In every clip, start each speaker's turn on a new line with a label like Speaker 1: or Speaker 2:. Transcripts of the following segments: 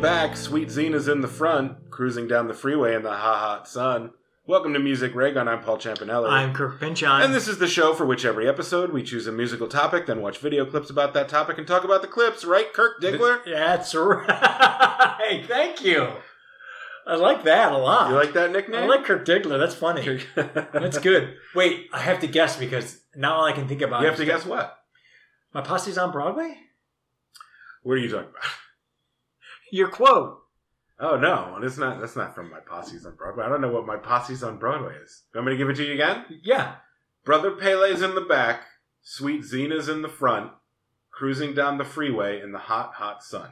Speaker 1: back. Sweet Zena's in the front, cruising down the freeway in the ha hot sun. Welcome to Music Raygun. I'm Paul Champanelli.
Speaker 2: I'm Kirk Pinchon.
Speaker 1: and this is the show for which every episode we choose a musical topic, then watch video clips about that topic and talk about the clips, right, Kirk Diggler?
Speaker 2: That's right. Thank you. I like that a lot.
Speaker 1: You like that nickname?
Speaker 2: I like Kirk Diggler. That's funny. That's good. Wait, I have to guess because now all I can think about
Speaker 1: you
Speaker 2: is
Speaker 1: have to guess what?
Speaker 2: My posse's on Broadway?
Speaker 1: What are you talking about?
Speaker 2: Your quote.
Speaker 1: Oh no, and it's not. That's not from my posse's on Broadway. I don't know what my posse's on Broadway is. You want me to give it to you again?
Speaker 2: Yeah.
Speaker 1: Brother Pele's in the back, Sweet Zena's in the front, cruising down the freeway in the hot, hot sun.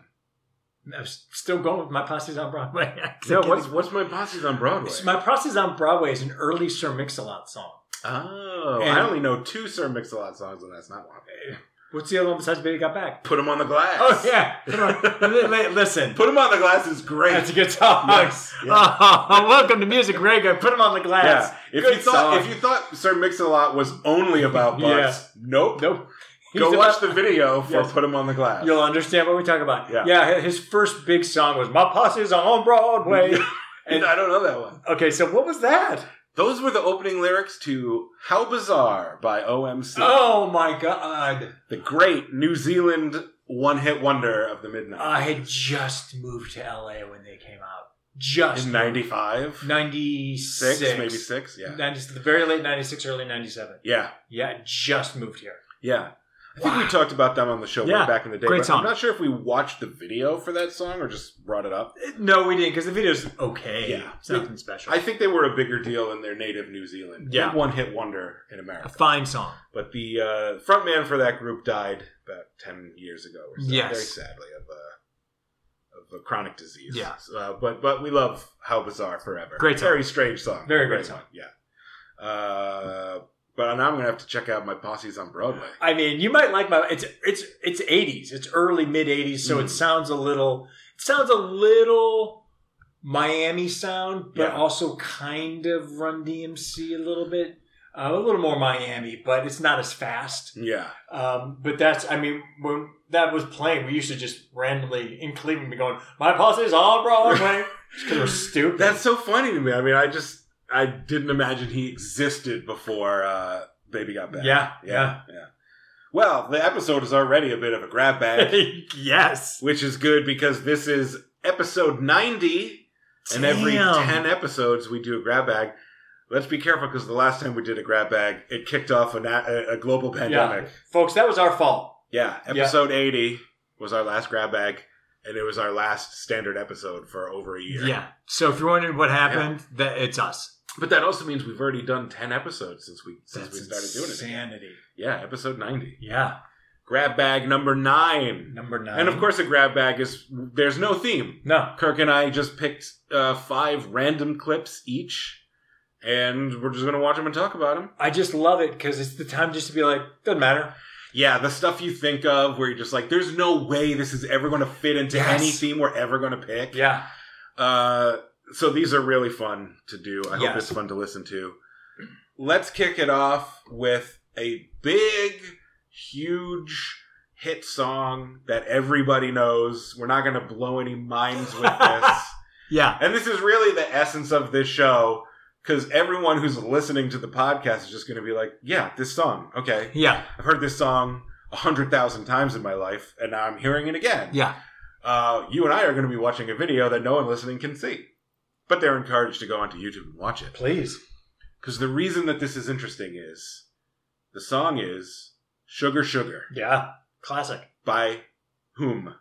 Speaker 2: I'm s- still going with my posse's on Broadway.
Speaker 1: No, what's what's my posse's on Broadway?
Speaker 2: It's- my posse's on Broadway is an early Sir Mix-a-Lot song.
Speaker 1: oh,
Speaker 2: And-
Speaker 1: I only know two Sir Mix-a-Lot songs, and that's not one. of them.
Speaker 2: What's the other one besides Baby Got Back?
Speaker 1: Put him on the glass.
Speaker 2: Oh yeah. Come on. Li- li- Listen.
Speaker 1: Put him on the glass is great.
Speaker 2: That's a good song.
Speaker 1: Yes. Yeah.
Speaker 2: Oh, welcome to Music Rego. Put them on the glass.
Speaker 1: Yeah. If
Speaker 2: Good
Speaker 1: you thought
Speaker 2: song.
Speaker 1: if you thought Sir Mix-a-Lot was only about butts,
Speaker 2: Yeah.
Speaker 1: nope.
Speaker 2: Nope. He's
Speaker 1: Go
Speaker 2: the
Speaker 1: watch
Speaker 2: best-
Speaker 1: the video for
Speaker 2: Yes.
Speaker 1: Put him on the glass.
Speaker 2: You'll understand what we talk about.
Speaker 1: Yeah.
Speaker 2: hi- His first big song was "My Posse's on Broadway."
Speaker 1: and
Speaker 2: and-
Speaker 1: I don't know that one.
Speaker 2: okay, so what was that?
Speaker 1: Those were the opening lyrics to How Bizarre by OMC,
Speaker 2: Oh my god!
Speaker 1: the great New Zealand one hit wonder of the
Speaker 2: I
Speaker 1: midnight.
Speaker 2: had just moved to LA when they came out. Just
Speaker 1: In 95,
Speaker 2: ninety six,
Speaker 1: 6, maybe 6, yeah.
Speaker 2: the very late ninety six, early ninety seven.
Speaker 1: yeah,
Speaker 2: Yeah, just moved here.
Speaker 1: yeah. I think
Speaker 2: Wow.
Speaker 1: we talked about them on the show way
Speaker 2: Yeah,
Speaker 1: back in the day.
Speaker 2: great
Speaker 1: but
Speaker 2: song.
Speaker 1: I'm not sure if we watched the video for that song or just brought it up.
Speaker 2: No, we didn't because the video's okay.
Speaker 1: Yeah.
Speaker 2: it's nothing special.
Speaker 1: I think they were a bigger deal in their native New Zealand.
Speaker 2: Yeah.
Speaker 1: One hit wonder in
Speaker 2: a
Speaker 1: America.
Speaker 2: fine song.
Speaker 1: But the uh, front man for that group died about 10 years ago or so.
Speaker 2: Yes.
Speaker 1: Very sadly, of a, of a chronic disease.
Speaker 2: Yeah.
Speaker 1: So, uh, but, but we love How Bizarre Forever.
Speaker 2: Great song.
Speaker 1: Very strange song.
Speaker 2: Very
Speaker 1: Great
Speaker 2: great song.
Speaker 1: one, Yeah. Uh, but now I'm going to have to check out my posse's on Broadway.
Speaker 2: I mean, you might like my it's it's it's eighties. It's early mid eighties, so
Speaker 1: Mm.
Speaker 2: it sounds a little it sounds a little Miami sound, but
Speaker 1: Yeah.
Speaker 2: also kind of Run DMC a little bit, uh, a little more Miami, but it's not as fast.
Speaker 1: Yeah.
Speaker 2: Um, but that's I mean when that was playing, we used to just randomly in Cleveland be going, "My posse's on Broadway," because we're stupid.
Speaker 1: That's so funny to me. I mean, I just, I didn't imagine he existed before uh, Baby Got Back.
Speaker 2: yeah, yeah,
Speaker 1: Yeah. Yeah. Well, the episode is already a bit of a grab bag,
Speaker 2: yes.
Speaker 1: which is good because this is episode 90, and every
Speaker 2: Damn.
Speaker 1: 10 episodes we do a grab bag. Let's be careful because the last time we did a grab bag, it kicked off a, na- a- a global pandemic.
Speaker 2: folks, that was our fault.
Speaker 1: Yeah.
Speaker 2: Yeah.
Speaker 1: Episode 80 was our last grab bag, and it was our last standard episode for over a year.
Speaker 2: Yeah. So if you're wondering what happened, that it's us.
Speaker 1: But that also means we've already done 10 episodes since we since we started doing it. again.
Speaker 2: insanity.
Speaker 1: Yeah, episode 90.
Speaker 2: Yeah.
Speaker 1: Grab bag number 9.
Speaker 2: Number nine.
Speaker 1: And of course, a grab bag is there's no theme.
Speaker 2: no.
Speaker 1: Kirk and I just picked uh, five random clips each, and we're just gonna watch them and talk about them.
Speaker 2: I just love it because it's the time just to be like, doesn't matter.
Speaker 1: Yeah, the stuff you think of where you're just like, there's no way this is ever gonna fit into
Speaker 2: Yes.
Speaker 1: any theme we're ever gonna pick.
Speaker 2: Yeah.
Speaker 1: Uh, so these are really fun to do. I hope
Speaker 2: Yes.
Speaker 1: it's fun to listen to. Let's kick it off with a big, huge hit song that everybody knows. We're not going to blow any minds with this.
Speaker 2: Yeah.
Speaker 1: and this is really the essence of this show because everyone who's listening to the podcast is just going to be like, yeah, this song. Okay.
Speaker 2: Yeah.
Speaker 1: I've heard this song a hundred thousand times in my life, and now I'm hearing it again
Speaker 2: Yeah.
Speaker 1: uh, you and I are going to be watching a video that no one listening can see. But they're encouraged to go onto YouTube and watch it.
Speaker 2: Please.
Speaker 1: Because the reason that this is interesting is the song is Sugar Sugar
Speaker 2: Yeah. Classic.
Speaker 1: by whom?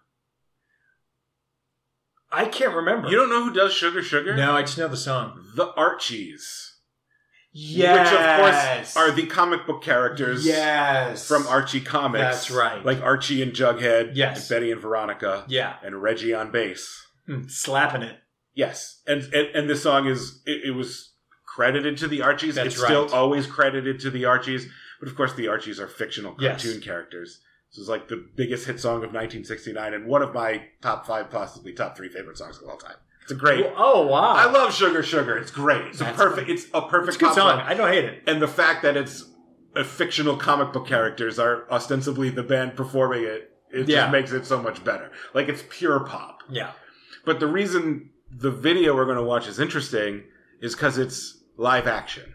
Speaker 2: I can't remember.
Speaker 1: You don't know who does Sugar Sugar?
Speaker 2: No, I just know the song.
Speaker 1: The Archies.
Speaker 2: Yes.
Speaker 1: Which, of course, are the comic book characters
Speaker 2: yes.
Speaker 1: from Archie Comics.
Speaker 2: That's right.
Speaker 1: Like Archie and Jughead,
Speaker 2: Yes.
Speaker 1: and Betty and Veronica,
Speaker 2: Yeah.
Speaker 1: and Reggie on bass.
Speaker 2: Mm, slapping it.
Speaker 1: Yes, and and, and this song is it, it was credited to the Archies.
Speaker 2: That's
Speaker 1: it's still
Speaker 2: right.
Speaker 1: always credited to the Archies, but of course the Archies are fictional
Speaker 2: Yes.
Speaker 1: cartoon characters. This is like the biggest hit song of 1969 and one of my top five, possibly top three favorite songs of all time. It's a great.
Speaker 2: Oh, wow.
Speaker 1: I love Sugar Sugar. It's great. It's
Speaker 2: That's
Speaker 1: a perfect. It's a perfect
Speaker 2: It's a good
Speaker 1: pop
Speaker 2: song. I don't hate it.
Speaker 1: And the fact that it's a fictional comic book characters are ostensibly the band performing it. It
Speaker 2: Yeah.
Speaker 1: just makes it so much better. Like it's pure pop.
Speaker 2: Yeah.
Speaker 1: But the reason the video we're going to watch is interesting is because it's live action.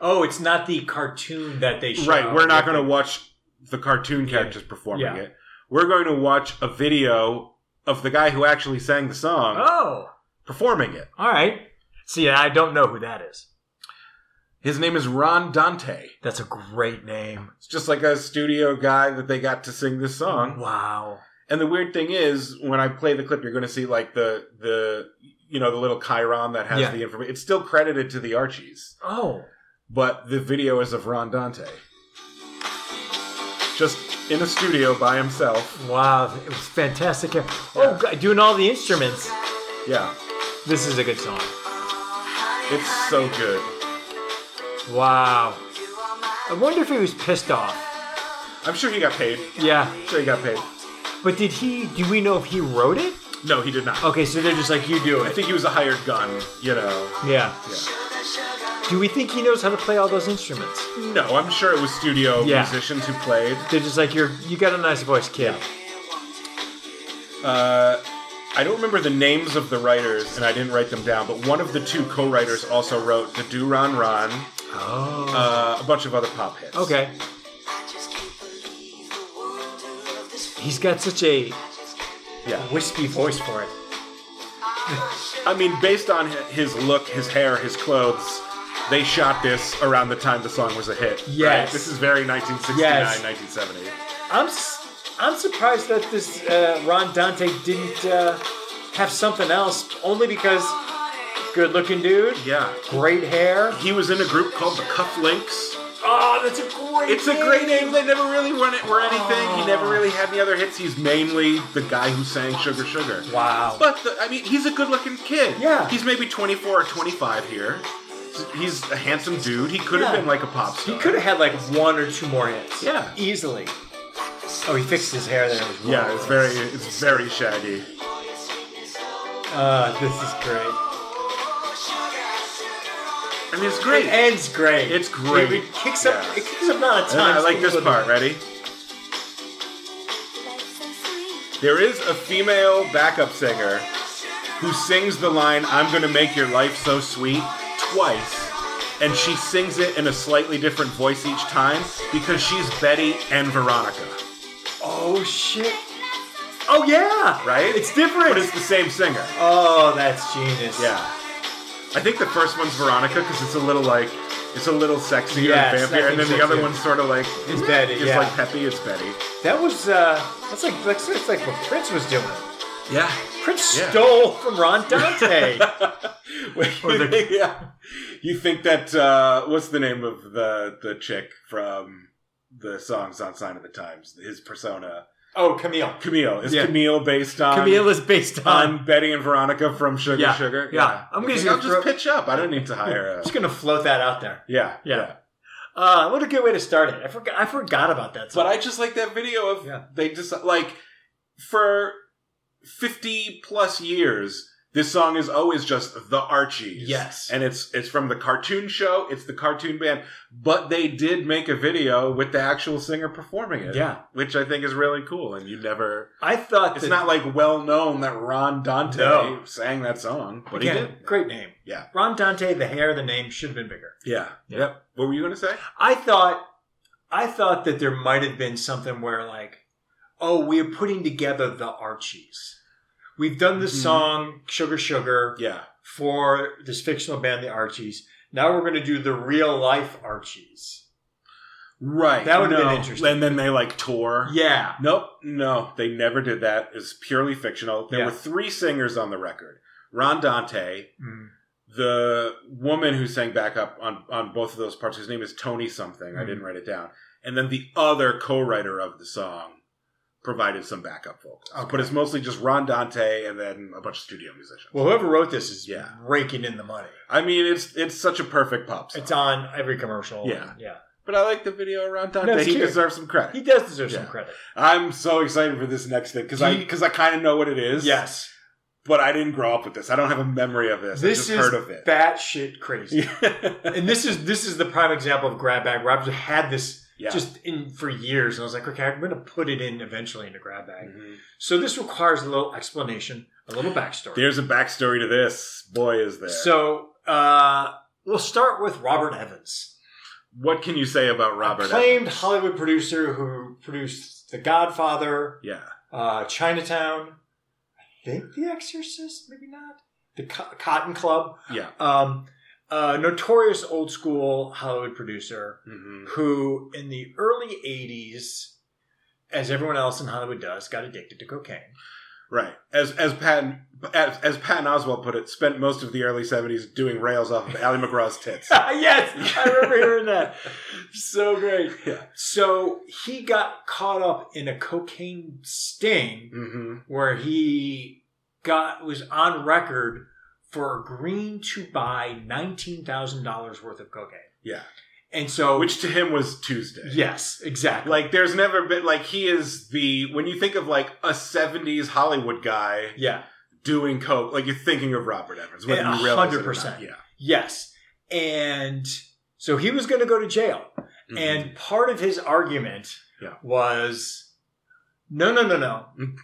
Speaker 2: Oh, it's not the cartoon that they show.
Speaker 1: Right. We're not going to watch the cartoon characters performing
Speaker 2: Yeah.
Speaker 1: it. We're going to watch a video of the guy who actually sang the song
Speaker 2: Oh,
Speaker 1: performing it.
Speaker 2: all right. See, I don't know who that is.
Speaker 1: His name is Ron Dante.
Speaker 2: That's a great name.
Speaker 1: It's just like a studio guy that they got to sing this
Speaker 2: Mm-hmm.
Speaker 1: song.
Speaker 2: Wow.
Speaker 1: And the weird thing is, when I play the clip, you're going to see like the the you know the little Chiron that has
Speaker 2: Yeah.
Speaker 1: the information. It's still credited to the Archies,
Speaker 2: Oh,
Speaker 1: but the video is of Ron Dante, just in a studio by himself.
Speaker 2: wow. It was fantastic. Oh, God, doing all the instruments.
Speaker 1: Yeah,
Speaker 2: This is a good song.
Speaker 1: it's so good.
Speaker 2: Wow. I wonder if he was pissed off.
Speaker 1: I'm sure he got paid.
Speaker 2: Yeah.
Speaker 1: I'm sure he got paid.
Speaker 2: But did he, do we know if he wrote it?
Speaker 1: No, he did not.
Speaker 2: Okay, so they're just like, you do
Speaker 1: I
Speaker 2: it.
Speaker 1: think he was a hired gun. You know.
Speaker 2: Yeah.
Speaker 1: Yeah.
Speaker 2: Do we think he knows how to play all those instruments?
Speaker 1: No, I'm sure it was studio
Speaker 2: Yeah.
Speaker 1: musicians who played.
Speaker 2: They're just like, you're, you got a nice voice, kid.
Speaker 1: Uh, I don't remember the names of the writers, and I didn't write them down. But one of the two co-writers also wrote the Do Ron Ron,
Speaker 2: Oh.
Speaker 1: uh, a bunch of other pop hits.
Speaker 2: okay. He's got such a
Speaker 1: Yeah.
Speaker 2: wispy voice for it.
Speaker 1: I mean, based on hi- his look, his hair, his clothes, they shot this around the time the song was a hit.
Speaker 2: Yes.
Speaker 1: This is very 1969,
Speaker 2: Yes.
Speaker 1: 1970.
Speaker 2: I'm s- I'm surprised that this uh, Ron Dante didn't uh, have something else. Only because good looking dude,
Speaker 1: Yeah.
Speaker 2: great hair.
Speaker 1: He was in a group called the Cufflinks.
Speaker 2: Oh, that's a great.
Speaker 1: It's a great name. They never really won it were anything. He never really had any other hits. He's mainly the guy who sang Sugar Sugar.
Speaker 2: Wow.
Speaker 1: But the, I mean, he's a good-looking kid.
Speaker 2: Yeah.
Speaker 1: he's maybe 24 or 25 here. He's a handsome dude. He could have
Speaker 2: Yeah.
Speaker 1: been like a pop star.
Speaker 2: He could have had like one or two more hits.
Speaker 1: Yeah.
Speaker 2: easily. Oh, he fixed his hair there. as well.
Speaker 1: Yeah, it's very, it's very shaggy.
Speaker 2: Uh, this is great.
Speaker 1: I mean, it's great.
Speaker 2: It ends great.
Speaker 1: It's great.
Speaker 2: It, it kicks up.
Speaker 1: Yeah.
Speaker 2: It kicks up not a
Speaker 1: And
Speaker 2: ton.
Speaker 1: I like this part. Ready? There is a female backup singer who sings the line "I'm gonna make your life so sweet" twice, and she sings it in a slightly different voice each time because she's Betty and Veronica.
Speaker 2: Oh shit. Oh yeah.
Speaker 1: Right?
Speaker 2: It's different.
Speaker 1: But it's the same singer.
Speaker 2: oh, that's genius.
Speaker 1: Yeah. I think the first one's Veronica because it's a little like it's a little sexier
Speaker 2: Yes,
Speaker 1: and
Speaker 2: I
Speaker 1: vampire,
Speaker 2: think
Speaker 1: and then
Speaker 2: so,
Speaker 1: the other
Speaker 2: too.
Speaker 1: one's sort of like
Speaker 2: It's Betty,
Speaker 1: It's
Speaker 2: yeah.
Speaker 1: like peppy. It's Betty.
Speaker 2: That was uh that's like that's, that's like what Prince was doing.
Speaker 1: Yeah.
Speaker 2: Prince
Speaker 1: Yeah.
Speaker 2: stole from Ron Dante. Or the-
Speaker 1: yeah. You think that uh, what's the name of the the chick from the songs on Sign of the Times? His persona,
Speaker 2: oh, Camille.
Speaker 1: Camille. Is
Speaker 2: Yeah.
Speaker 1: Camille based on
Speaker 2: Camille is based on.
Speaker 1: on Betty and Veronica from Sugar
Speaker 2: Yeah,
Speaker 1: Sugar?
Speaker 2: yeah. I'm
Speaker 1: It's
Speaker 2: just
Speaker 1: like,
Speaker 2: gonna
Speaker 1: I'll
Speaker 2: throw-
Speaker 1: just pitch up. I don't need to hire
Speaker 2: I'm
Speaker 1: a.
Speaker 2: just gonna float that out there.
Speaker 1: Yeah,
Speaker 2: Yeah. Uh, what a good way to start it. I forgot. I forgot about that.
Speaker 1: But
Speaker 2: Song.
Speaker 1: I just like that video of
Speaker 2: Yeah.
Speaker 1: they just like for fifty plus years. This song is always just the Archies.
Speaker 2: Yes.
Speaker 1: and it's it's from the cartoon show. It's the cartoon band, but they did make a video with the actual singer performing it.
Speaker 2: Yeah.
Speaker 1: which I think is really cool. And you never.
Speaker 2: I, thought
Speaker 1: It's
Speaker 2: that-
Speaker 1: not like well known that Ron Dante
Speaker 2: No.
Speaker 1: sang that song, but
Speaker 2: Again,
Speaker 1: he did.
Speaker 2: Great name.
Speaker 1: Yeah.
Speaker 2: Ron Dante. The hair, the name should have been bigger.
Speaker 1: Yeah.
Speaker 2: Yeah.
Speaker 1: Yep. What were you gonna say?
Speaker 2: I thought. I thought that there might have been something where like, oh, we're putting together the Archies. We've done the
Speaker 1: Mhm.
Speaker 2: song Sugar Sugar.
Speaker 1: Yeah.
Speaker 2: for this fictional band, the Archies. Now we're going to do the real life Archies.
Speaker 1: Right.
Speaker 2: That would've been
Speaker 1: No.
Speaker 2: interesting.
Speaker 1: And then they like tore.
Speaker 2: Yeah.
Speaker 1: Nope, no, they never did that. It's purely fictional. There
Speaker 2: Yeah.
Speaker 1: were three singers on the record: Ron Dante,
Speaker 2: Hmm.
Speaker 1: the woman who sang backup on on both of those parts, whose name is Tony something. I
Speaker 2: Mhm.
Speaker 1: didn't write it down, and then the other co-writer of the song provided some backup vocals.
Speaker 2: Okay.
Speaker 1: But it's mostly just Ron Dante and then a bunch of studio musicians.
Speaker 2: Well, whoever wrote this is
Speaker 1: Yeah.
Speaker 2: raking in the money.
Speaker 1: I mean, it's it's such a perfect pop song.
Speaker 2: It's on every commercial.
Speaker 1: Yeah.
Speaker 2: Yeah.
Speaker 1: but I like the video of Ron Dante.
Speaker 2: No, it's
Speaker 1: he
Speaker 2: cute.
Speaker 1: deserves some credit.
Speaker 2: He does deserve some
Speaker 1: Yeah.
Speaker 2: credit.
Speaker 1: I'm so excited for this next thing because I
Speaker 2: He-
Speaker 1: because I kind of know what it is.
Speaker 2: Yes.
Speaker 1: but I didn't grow up with this. I don't have a memory of this.
Speaker 2: This
Speaker 1: I just
Speaker 2: is
Speaker 1: heard of it.
Speaker 2: batshit crazy.
Speaker 1: Yeah.
Speaker 2: And this is this is the prime example of grab bag. Where I've had this
Speaker 1: yeah.
Speaker 2: just in for years, and I was like, okay, I'm going to put it in eventually into grab bag.
Speaker 1: Mhm.
Speaker 2: So this requires a little explanation.
Speaker 3: A little backstory.
Speaker 1: There's a backstory to this. Boy, is there.
Speaker 2: So uh, we'll start with Robert Evans.
Speaker 1: what can you say about Robert?
Speaker 2: acclaimed
Speaker 1: Evans?
Speaker 2: Hollywood producer who produced The Godfather,
Speaker 1: Yeah.
Speaker 2: uh, Chinatown, I think The Exorcist, maybe not, The Co- Cotton Club.
Speaker 1: Yeah.
Speaker 2: Um, a notorious old school Hollywood producer
Speaker 1: hmm
Speaker 2: who, in the early 80s, as everyone else in Hollywood does, got addicted to cocaine.
Speaker 1: Right. As as Patton as, as Patton Oswald put it, spent most of the early '70s doing rails off of Ally McGraw's tits.
Speaker 2: yes, I remember hearing that. So great.
Speaker 1: Yeah.
Speaker 2: So he got caught up in a cocaine sting
Speaker 1: hmm
Speaker 2: where he got was on record for agreeing to buy nineteen thousand dollars worth of cocaine.
Speaker 1: Yeah.
Speaker 2: and so
Speaker 1: Which to him was Tuesday.
Speaker 2: yes, exactly.
Speaker 1: Like there's never been like he is the when you think of like a '70s Hollywood guy
Speaker 2: yeah,
Speaker 1: doing coke, like you're thinking of Robert Evans, whether
Speaker 2: Yeah,
Speaker 1: you realize it or
Speaker 2: 100%.
Speaker 1: not. Yeah.
Speaker 2: yes, and so he was going to go to jail. And part of his argument
Speaker 1: Mm-hmm. Yeah.
Speaker 2: was, no, no, no, no,
Speaker 1: Mm.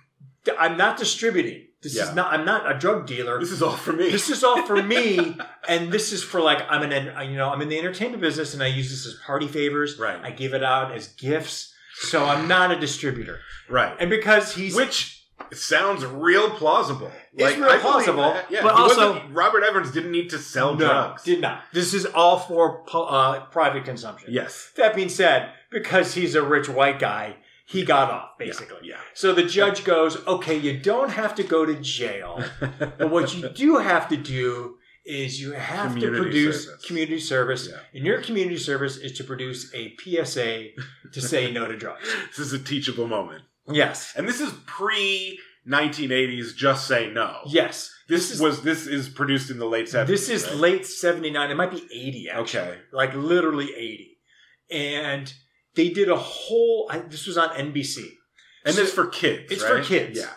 Speaker 2: I'm not distributing. This
Speaker 1: Yeah.
Speaker 2: is not. I'm not a drug dealer.
Speaker 1: this is all for me.
Speaker 2: this is all for me and this is for like i'm an en- you know i'm in the entertainment business and i use this as party favors
Speaker 1: Right.
Speaker 2: i give it out as gifts so i'm not a distributor
Speaker 1: right.
Speaker 2: and because he's
Speaker 1: Which sounds real plausible.
Speaker 2: It's real
Speaker 1: believe
Speaker 2: plausible,
Speaker 1: that. Yeah,
Speaker 2: but
Speaker 1: he wasn't-
Speaker 2: also-
Speaker 1: Robert Evans didn't need to sell
Speaker 2: no
Speaker 1: drugs.
Speaker 2: did not this is all for pu- uh, private consumption
Speaker 1: yes.
Speaker 2: that being said because he's a rich white guy he got off basically
Speaker 1: Yeah.
Speaker 2: so the judge goes okay you don't have to go to jail But what you do have to do is you have
Speaker 1: Community
Speaker 2: to produce
Speaker 1: service.
Speaker 2: community service,
Speaker 1: Yeah.
Speaker 2: and your community service is to produce a PSA to say no to drugs.
Speaker 1: this is a teachable moment,
Speaker 2: Yes,
Speaker 1: and this is pre 1980s. Just say no.
Speaker 2: yes.
Speaker 1: This,
Speaker 2: is-
Speaker 1: was this is produced in the late 70s.
Speaker 2: This is
Speaker 1: right?
Speaker 2: late '79. It might be '80, actually,
Speaker 1: Okay.
Speaker 2: like literally '80. And they did a whole. I, this was on NBC,
Speaker 1: And
Speaker 2: So-
Speaker 1: it's for kids.
Speaker 2: It's for
Speaker 1: right?
Speaker 2: kids.
Speaker 1: Yeah.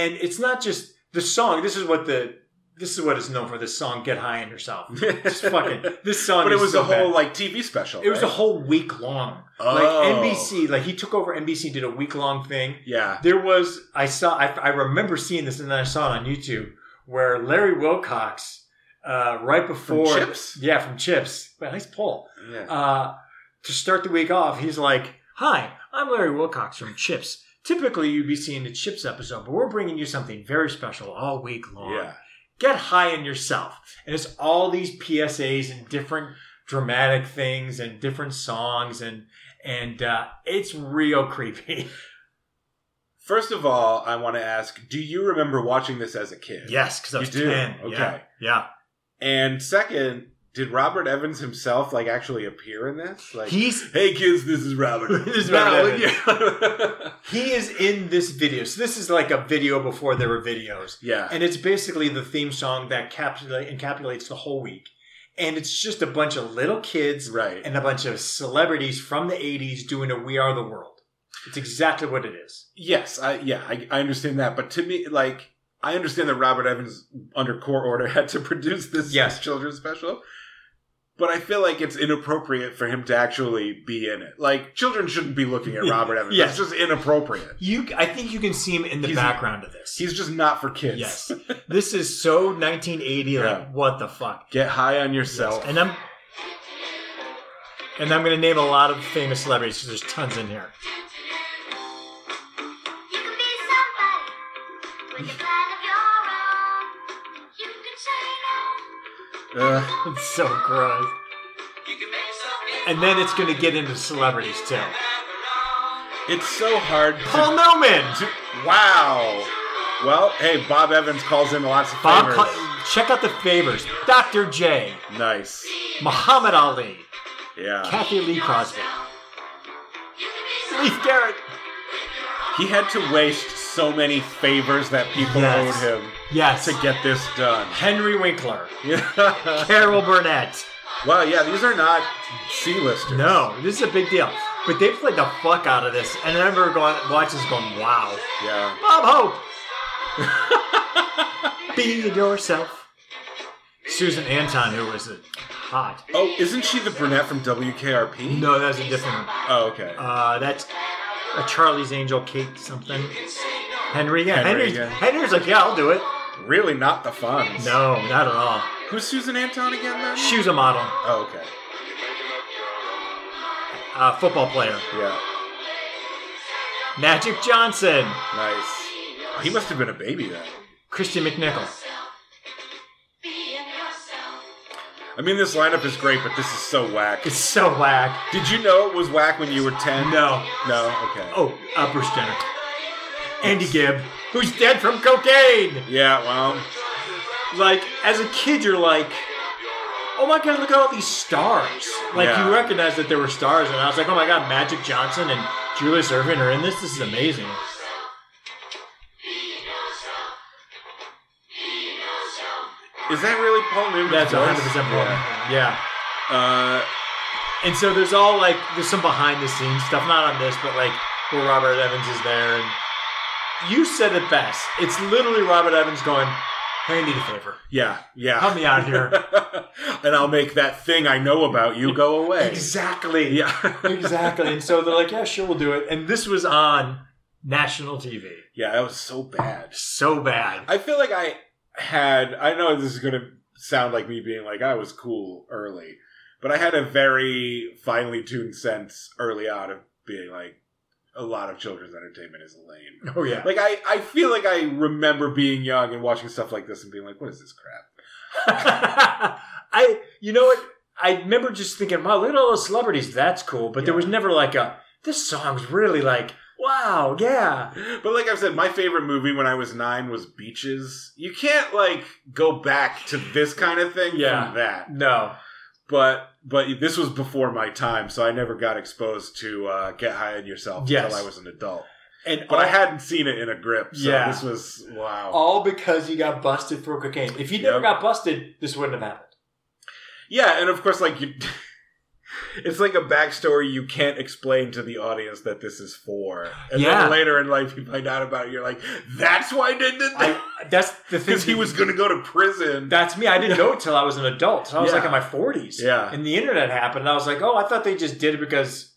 Speaker 2: and it's not just the song. This is what the this is what is known for. This song, "Get High on Yourself." Just fucking this song.
Speaker 1: But it
Speaker 2: is
Speaker 1: was
Speaker 2: so
Speaker 1: a whole
Speaker 2: bad.
Speaker 1: like TV special.
Speaker 2: It was a
Speaker 1: right?
Speaker 2: whole week long.
Speaker 1: Oh.
Speaker 2: Like NBC, like he took over NBC, did a week long thing.
Speaker 1: Yeah.
Speaker 2: There was I saw I, I remember seeing this and then I saw it on YouTube where Larry Wilcox, uh, right before
Speaker 1: Chips?
Speaker 2: yeah, from Chips, but nice pull.
Speaker 1: Yeah.
Speaker 2: Uh, to start the week off, he's like, "Hi, I'm Larry Wilcox from Chips. Typically, you'd be seeing the Chips episode, but we're bringing you something very special all week long.
Speaker 1: yeah.
Speaker 2: Get high on yourself, and it's all these PSAs and different." dramatic things and different songs and and uh, it's real creepy
Speaker 1: First of all, I want to ask: Do you remember watching this as a kid?
Speaker 2: Yes, because I
Speaker 1: You
Speaker 2: was
Speaker 1: do?
Speaker 2: ten.
Speaker 1: Okay.
Speaker 2: Yeah. yeah.
Speaker 1: And second, did Robert Evans himself like actually appear in this? Like,
Speaker 2: He's
Speaker 1: hey kids, this is Robert.
Speaker 2: This is
Speaker 1: Now,
Speaker 2: Robert
Speaker 1: yeah.
Speaker 2: he is in this video. So this is like a video before there were videos,
Speaker 1: yeah.
Speaker 2: and it's basically the theme song that capsula- encapsulates the whole week, and it's just a bunch of little kids
Speaker 1: right.
Speaker 2: and a bunch of celebrities from the '80s doing a "We Are the World." It's exactly what it is.
Speaker 1: yes. I yeah. I, I understand that, but to me, like, I understand that Robert Evans under court order had to produce this
Speaker 2: Yes.
Speaker 1: children's special. But I feel like it's inappropriate for him to actually be in it. Like children shouldn't be looking at Robert Evans.
Speaker 2: Yes.
Speaker 1: It's just inappropriate.
Speaker 2: You, I think you can see him in the
Speaker 1: He's-
Speaker 2: background of this.
Speaker 1: He's just not for kids.
Speaker 2: yes, this is so 1980.
Speaker 1: Yeah.
Speaker 2: Like, what the fuck?
Speaker 1: Get high on yourself.
Speaker 2: And I'm and I'm going to name a lot of famous celebrities because there's tons in here.
Speaker 4: You can be somebody with a plan of your own. You can say no.
Speaker 1: Ugh.
Speaker 2: It's so gross. And then it's going to get into celebrities too.
Speaker 1: It's so hard. To,
Speaker 2: Paul Newman.
Speaker 1: wow. Well, hey, Bob Evans calls in lots of
Speaker 2: Bob,
Speaker 1: favors.
Speaker 2: Cl- check out the favors. Dr. J,
Speaker 1: nice.
Speaker 2: Muhammad Ali,
Speaker 1: Yeah.
Speaker 2: Kathy Lee Crosby,
Speaker 4: You can be
Speaker 2: Leif Garrett.
Speaker 1: He had to waste so many favors that people
Speaker 2: Yes.
Speaker 1: owed him
Speaker 2: Yes.
Speaker 1: to get this done.
Speaker 2: Henry Winkler,
Speaker 1: Yeah.
Speaker 2: Carol Burnett.
Speaker 1: well, yeah, these are not C-listers.
Speaker 2: No, this is a big deal. But they played the fuck out of this, and I remember going watching this, going, "Wow,
Speaker 1: Yeah.
Speaker 2: Bob Hope." Be yourself. Susan Anton, who was a hot.
Speaker 1: Oh, isn't she the brunette from WKRP?
Speaker 2: No, that was a different one.
Speaker 1: Oh, okay.
Speaker 2: Uh, that's a Charlie's Angel, Kate something. Henry, yeah.
Speaker 1: Henry,
Speaker 2: Henry's,
Speaker 1: yeah.
Speaker 2: Henry's like, yeah, I'll do it.
Speaker 1: Really not the funds.
Speaker 2: No, not at all.
Speaker 1: Who's Susan Anton again, then?
Speaker 2: She was a model,
Speaker 1: Oh, okay.
Speaker 2: uh, football player.
Speaker 1: Yeah.
Speaker 2: Magic Johnson,
Speaker 1: Nice. He must have been a baby then.
Speaker 2: Christian McNichol.
Speaker 1: I mean, this lineup is great, but this is so whack.
Speaker 2: It's so whack.
Speaker 1: Did you know it was whack when you were 10?
Speaker 2: No.
Speaker 1: No? Okay.
Speaker 2: Oh, uh, Bruce Jenner. Andy Gibb, who's dead from cocaine.
Speaker 1: Yeah, well,
Speaker 2: Like, as a kid, you're like, oh my god, look at all these stars. Like,
Speaker 1: Yeah.
Speaker 2: you recognize that there were stars, and I was like, oh my god, Magic Johnson and Julius Irvin are in this. This is amazing.
Speaker 1: is that really Paul Newman?
Speaker 2: That's 100% Paul.
Speaker 1: Yeah.
Speaker 2: yeah.
Speaker 1: Uh,
Speaker 2: And so there's all like there's some behind the scenes stuff, not on this, but like where Robert Evans is there. And you said it best. It's literally Robert Evans going, "Hey, I need a favor.
Speaker 1: yeah, yeah.
Speaker 2: Help me out here."
Speaker 1: and I'll make that thing I know about you go away.
Speaker 2: exactly.
Speaker 1: Yeah.
Speaker 2: exactly. And so they're like, "Yeah, sure, we'll do it." And this was on national TV.
Speaker 1: yeah, that was so bad.
Speaker 2: So bad.
Speaker 1: I feel like I had, I know this is going to sound like me being like, I was cool early, but I had a very finely tuned sense early on of being like, a lot of children's entertainment is lame.
Speaker 2: Oh yeah.
Speaker 1: Like I, I feel like I remember being young and watching stuff like this and being like, "What is this crap?"
Speaker 2: I you know what? I remember just thinking, wow, look at all those celebrities. That's cool. But there was never like a this song's really like, wow, yeah.
Speaker 1: But like I've said, my favorite movie when I was nine was Beaches. You can't like go back to this kind of thing
Speaker 2: Yeah.
Speaker 1: from that.
Speaker 2: No.
Speaker 1: But but this was before my time, so I never got exposed to uh, Get High on Yourself
Speaker 2: Yes.
Speaker 1: until I was an adult.
Speaker 2: And
Speaker 1: But
Speaker 2: all,
Speaker 1: I hadn't seen it in a grip. So
Speaker 2: Yeah.
Speaker 1: this was wow.
Speaker 2: all because he got busted for cocaine. If he never
Speaker 1: Yep.
Speaker 2: got busted, this wouldn't have happened.
Speaker 1: Yeah, and of course, like you, it's like a backstory you can't explain to the audience that this is for. And
Speaker 2: Yeah.
Speaker 1: then later in life, you find out about it. You're like, that's why they did that
Speaker 2: I, that's the thing.
Speaker 1: because he was going to go to prison.
Speaker 2: That's me. I didn't know it till I was an adult. So I was
Speaker 1: Yeah.
Speaker 2: like in my forties.
Speaker 1: Yeah.
Speaker 2: And the internet happened. And I was like, oh, I thought they just did it because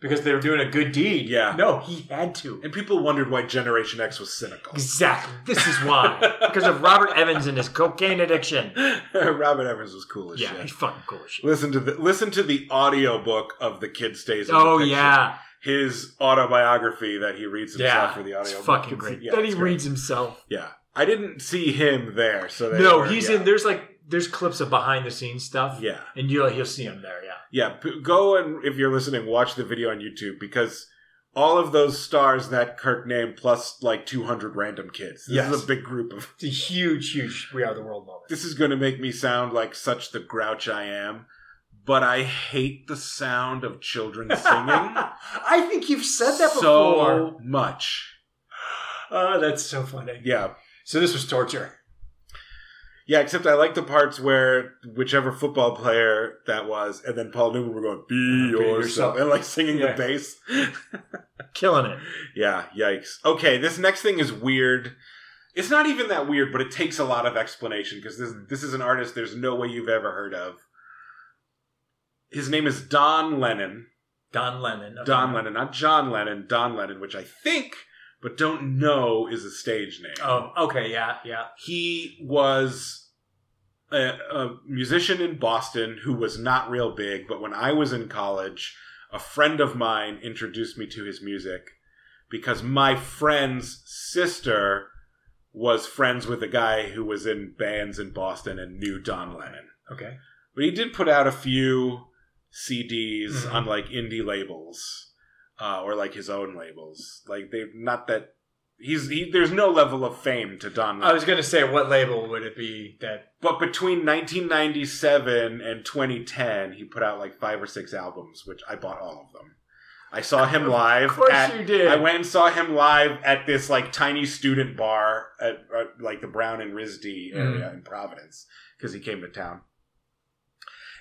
Speaker 2: because they were doing a good deed.
Speaker 1: Yeah.
Speaker 2: No, he had to.
Speaker 1: and people wondered why Generation X was cynical.
Speaker 2: Exactly. This is why. because of Robert Evans and his cocaine addiction.
Speaker 1: Robin Evans was cool as
Speaker 2: Yeah,
Speaker 1: shit.
Speaker 2: he's fucking cool as shit.
Speaker 1: Listen to the listen to the audiobook of the kid stays. In
Speaker 2: Oh
Speaker 1: the Picture.
Speaker 2: yeah,
Speaker 1: his autobiography that he reads himself
Speaker 2: yeah.
Speaker 1: for the
Speaker 2: it's
Speaker 1: audio.
Speaker 2: fucking great.
Speaker 1: Yeah,
Speaker 2: that he
Speaker 1: it's great.
Speaker 2: reads himself.
Speaker 1: Yeah, I didn't see him there, so they
Speaker 2: No,
Speaker 1: were-
Speaker 2: he's
Speaker 1: yeah.
Speaker 2: in. There's like there's clips of behind the scenes stuff.
Speaker 1: Yeah.
Speaker 2: and you'll you'll see him there. Yeah.
Speaker 1: Yeah, p- go and if you're listening, watch the video on YouTube because all of those stars that Kirk named, plus like 200 random kids. This
Speaker 2: Yes.
Speaker 1: is a big group of.
Speaker 2: It's a huge, huge We Are the World moment.
Speaker 1: This is going to make me sound like such the grouch I am, but I hate the sound of children singing
Speaker 2: I think you've said that before.
Speaker 1: so much.
Speaker 2: Oh, that's so funny.
Speaker 1: Yeah,
Speaker 2: So this was torture.
Speaker 1: yeah. Except I like the parts where whichever football player that was, and then Paul Newman were going be,
Speaker 2: Be
Speaker 1: yourself.
Speaker 2: yourself.
Speaker 1: and like singing
Speaker 2: Yeah.
Speaker 1: the bass.
Speaker 2: Killing it.
Speaker 1: Yeah, yikes. Okay, this next thing is weird. It's not even that weird, but it takes a lot of explanation because this this is an artist there's no way you've ever heard of. His name is Don Lennon.
Speaker 2: Don Lennon. Okay.
Speaker 1: Don Lennon, not John Lennon, Don Lennon, which I think but don't know is a stage name.
Speaker 2: Oh, okay, yeah, yeah.
Speaker 1: He was a, a musician in Boston who was not real big, but when I was in college, a friend of mine introduced me to his music because my friend's sister was friends with a guy who was in bands in Boston and knew Don Lennon.
Speaker 2: Okay.
Speaker 1: But he did put out a few CDs
Speaker 2: Mhm.
Speaker 1: on like indie labels uh, or like his own labels. Like they not that he's he, there's no level of fame to Don Lennon.
Speaker 2: I was gonna say, what label would it be that?
Speaker 1: But between 1997 and 2010, he put out like five or six albums, which I bought all of them. I saw him live.
Speaker 2: Of course
Speaker 1: at-
Speaker 2: you did.
Speaker 1: I went and saw him live at this like tiny student bar at, at like the Brown and RISD area
Speaker 2: Mm-hmm.
Speaker 1: in Providence because he came to town.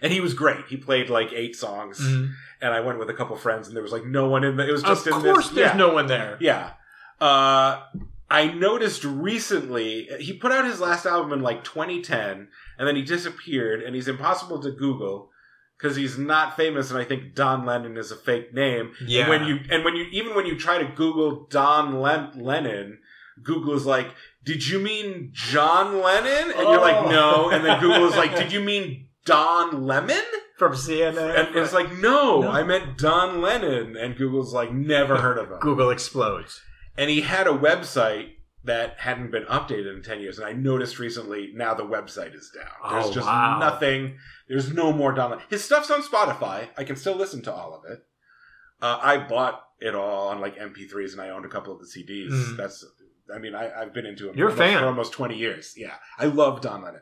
Speaker 1: And he was great. He played like eight songs,
Speaker 2: Mhm.
Speaker 1: and I went with a couple friends, and there was like no one in the. It was just
Speaker 2: of
Speaker 1: in
Speaker 2: course,
Speaker 1: this.
Speaker 2: there's
Speaker 1: yeah.
Speaker 2: no one there.
Speaker 1: Yeah. Uh, I noticed recently he put out his last album in like 2010, and then he disappeared, and he's impossible to Google because he's not famous, and I think Don Lennon is a fake name.
Speaker 2: Yeah.
Speaker 1: And when you and when you even when you try to Google Don Len- Lennon, Google is like did you mean John Lennon? And you're like,
Speaker 2: Oh.
Speaker 1: no. And then Google is like, did you mean Don Lemon?
Speaker 2: from CNN.
Speaker 1: And it's like, no,
Speaker 2: No.
Speaker 1: I meant Don Lennon. And Google's like, never heard of him.
Speaker 2: Google explodes.
Speaker 1: And he had a website that hadn't been updated in 10 years. And I noticed recently now the website is down. There's
Speaker 2: Oh,
Speaker 1: just
Speaker 2: wow.
Speaker 1: nothing. There's no more Don Lennon. His stuff's on Spotify. I can still listen to all of it. Uh, I bought it all on like MP3s and I owned a couple of the CDs.
Speaker 2: Mhm.
Speaker 1: That's, I mean, I, I've been into him
Speaker 2: You're a
Speaker 1: for almost-
Speaker 2: fan.
Speaker 1: for almost 20 years. Yeah. I love Don Lennon.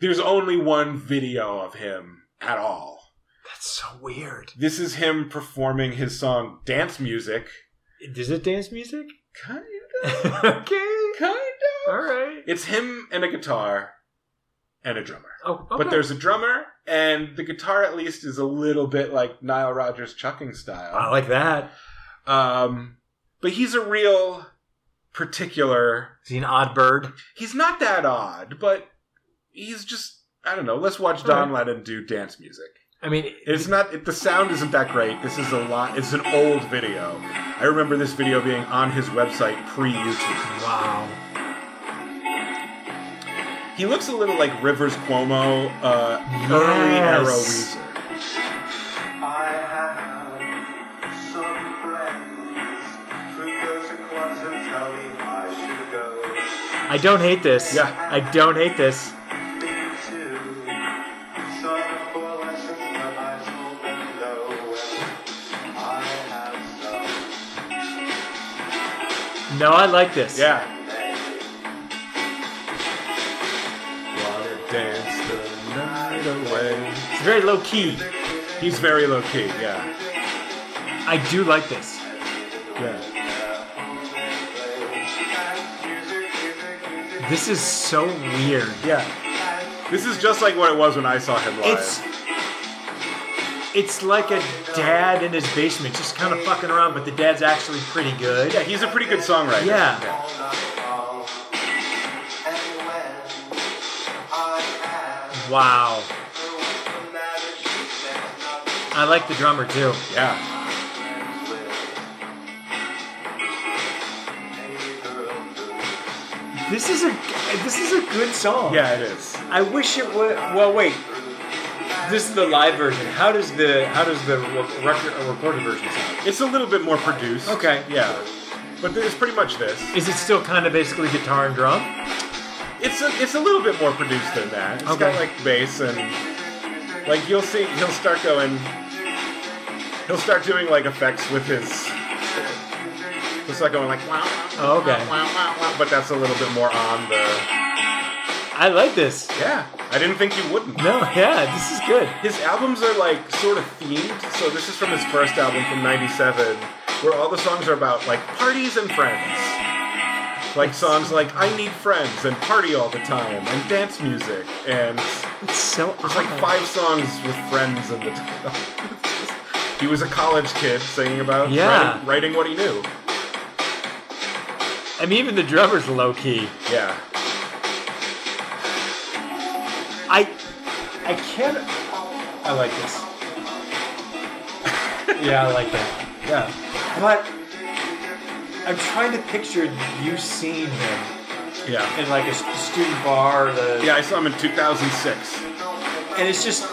Speaker 1: There's only one video of him at all.
Speaker 2: That's so weird.
Speaker 1: This is him performing his song Dance Music.
Speaker 2: Is it dance music?
Speaker 1: Kind
Speaker 2: okay.
Speaker 1: of, kind of.
Speaker 2: All right.
Speaker 1: It's him and a guitar and a drummer.
Speaker 2: Oh,
Speaker 1: But there's a drummer, and the guitar at least is a little bit like Nile Rodgers chucking
Speaker 2: I
Speaker 1: style.
Speaker 2: like that.
Speaker 1: Um, but he's a real particular.
Speaker 2: Is he an odd bird?
Speaker 1: He's not that odd, but he's just I don't know. Let's watch Don Lennon do dance music.
Speaker 2: I mean,
Speaker 1: It's not it, the sound isn't that great. This is a lot. It's an old video. I remember this video being on his website pre YouTube.
Speaker 2: wow.
Speaker 1: He looks a little like Rivers Cuomo, uh, early era
Speaker 2: Yes.
Speaker 1: Weezer.
Speaker 3: I have some friends who go to clubs and tell me I should go.
Speaker 2: I don't hate this.
Speaker 1: Yeah.
Speaker 2: I don't hate this.
Speaker 3: Been to some poor lessons, but I told them no. I have some
Speaker 2: No, I like this.
Speaker 1: Yeah.
Speaker 3: friends.
Speaker 1: Wanna dance the night away.
Speaker 2: It's very low key.
Speaker 1: He's very low key, yeah.
Speaker 2: I do like this.
Speaker 1: Yeah.
Speaker 2: This is so weird.
Speaker 1: Yeah. This is just like what it was when I saw him live.
Speaker 2: It's it's like a dad in his basement, just kind of fucking around, but the dad's actually pretty good.
Speaker 1: yeah, he's a pretty good songwriter.
Speaker 2: Yeah. Wow. I like the drummer too.
Speaker 1: Yeah.
Speaker 2: This is a this is a good song.
Speaker 1: Yeah, it is.
Speaker 2: I wish it would. Well, wait. This is the live version. How does the how does the re- record uh, recorded version sound?
Speaker 1: It's a little bit more produced.
Speaker 2: Okay.
Speaker 1: Yeah. But it's pretty much this.
Speaker 2: Is it still kind of basically guitar and drum?
Speaker 1: It's a, it's a little bit more produced than that. It's got
Speaker 2: Okay.
Speaker 1: like bass and like you'll see he'll start going he'll start doing like effects with his he'll start going like wow wow,
Speaker 2: Oh, okay.
Speaker 1: wow, wow, wow, but that's a little bit more on the
Speaker 2: I like this.
Speaker 1: yeah. I didn't think you wouldn't.
Speaker 2: No, yeah, this is good.
Speaker 1: His albums are like sort of themed. So this is from his first album from '97, where all the songs are about like parties and friends. Like songs like "I Need Friends" and "Party All the Time" and dance music, and it's
Speaker 2: It's so odd.
Speaker 1: like five songs with friends in the title. he was a college kid singing about
Speaker 2: Yeah.
Speaker 1: writing, writing what he knew.
Speaker 2: I mean, even the drummer's low key.
Speaker 1: Yeah,
Speaker 2: I I can't. I like this. yeah, I like that.
Speaker 1: yeah.
Speaker 2: But I'm trying to picture you seeing him
Speaker 1: Yeah.
Speaker 2: in like a s- student bar. Or the,
Speaker 1: Yeah, I saw him in 2006.
Speaker 2: and it's just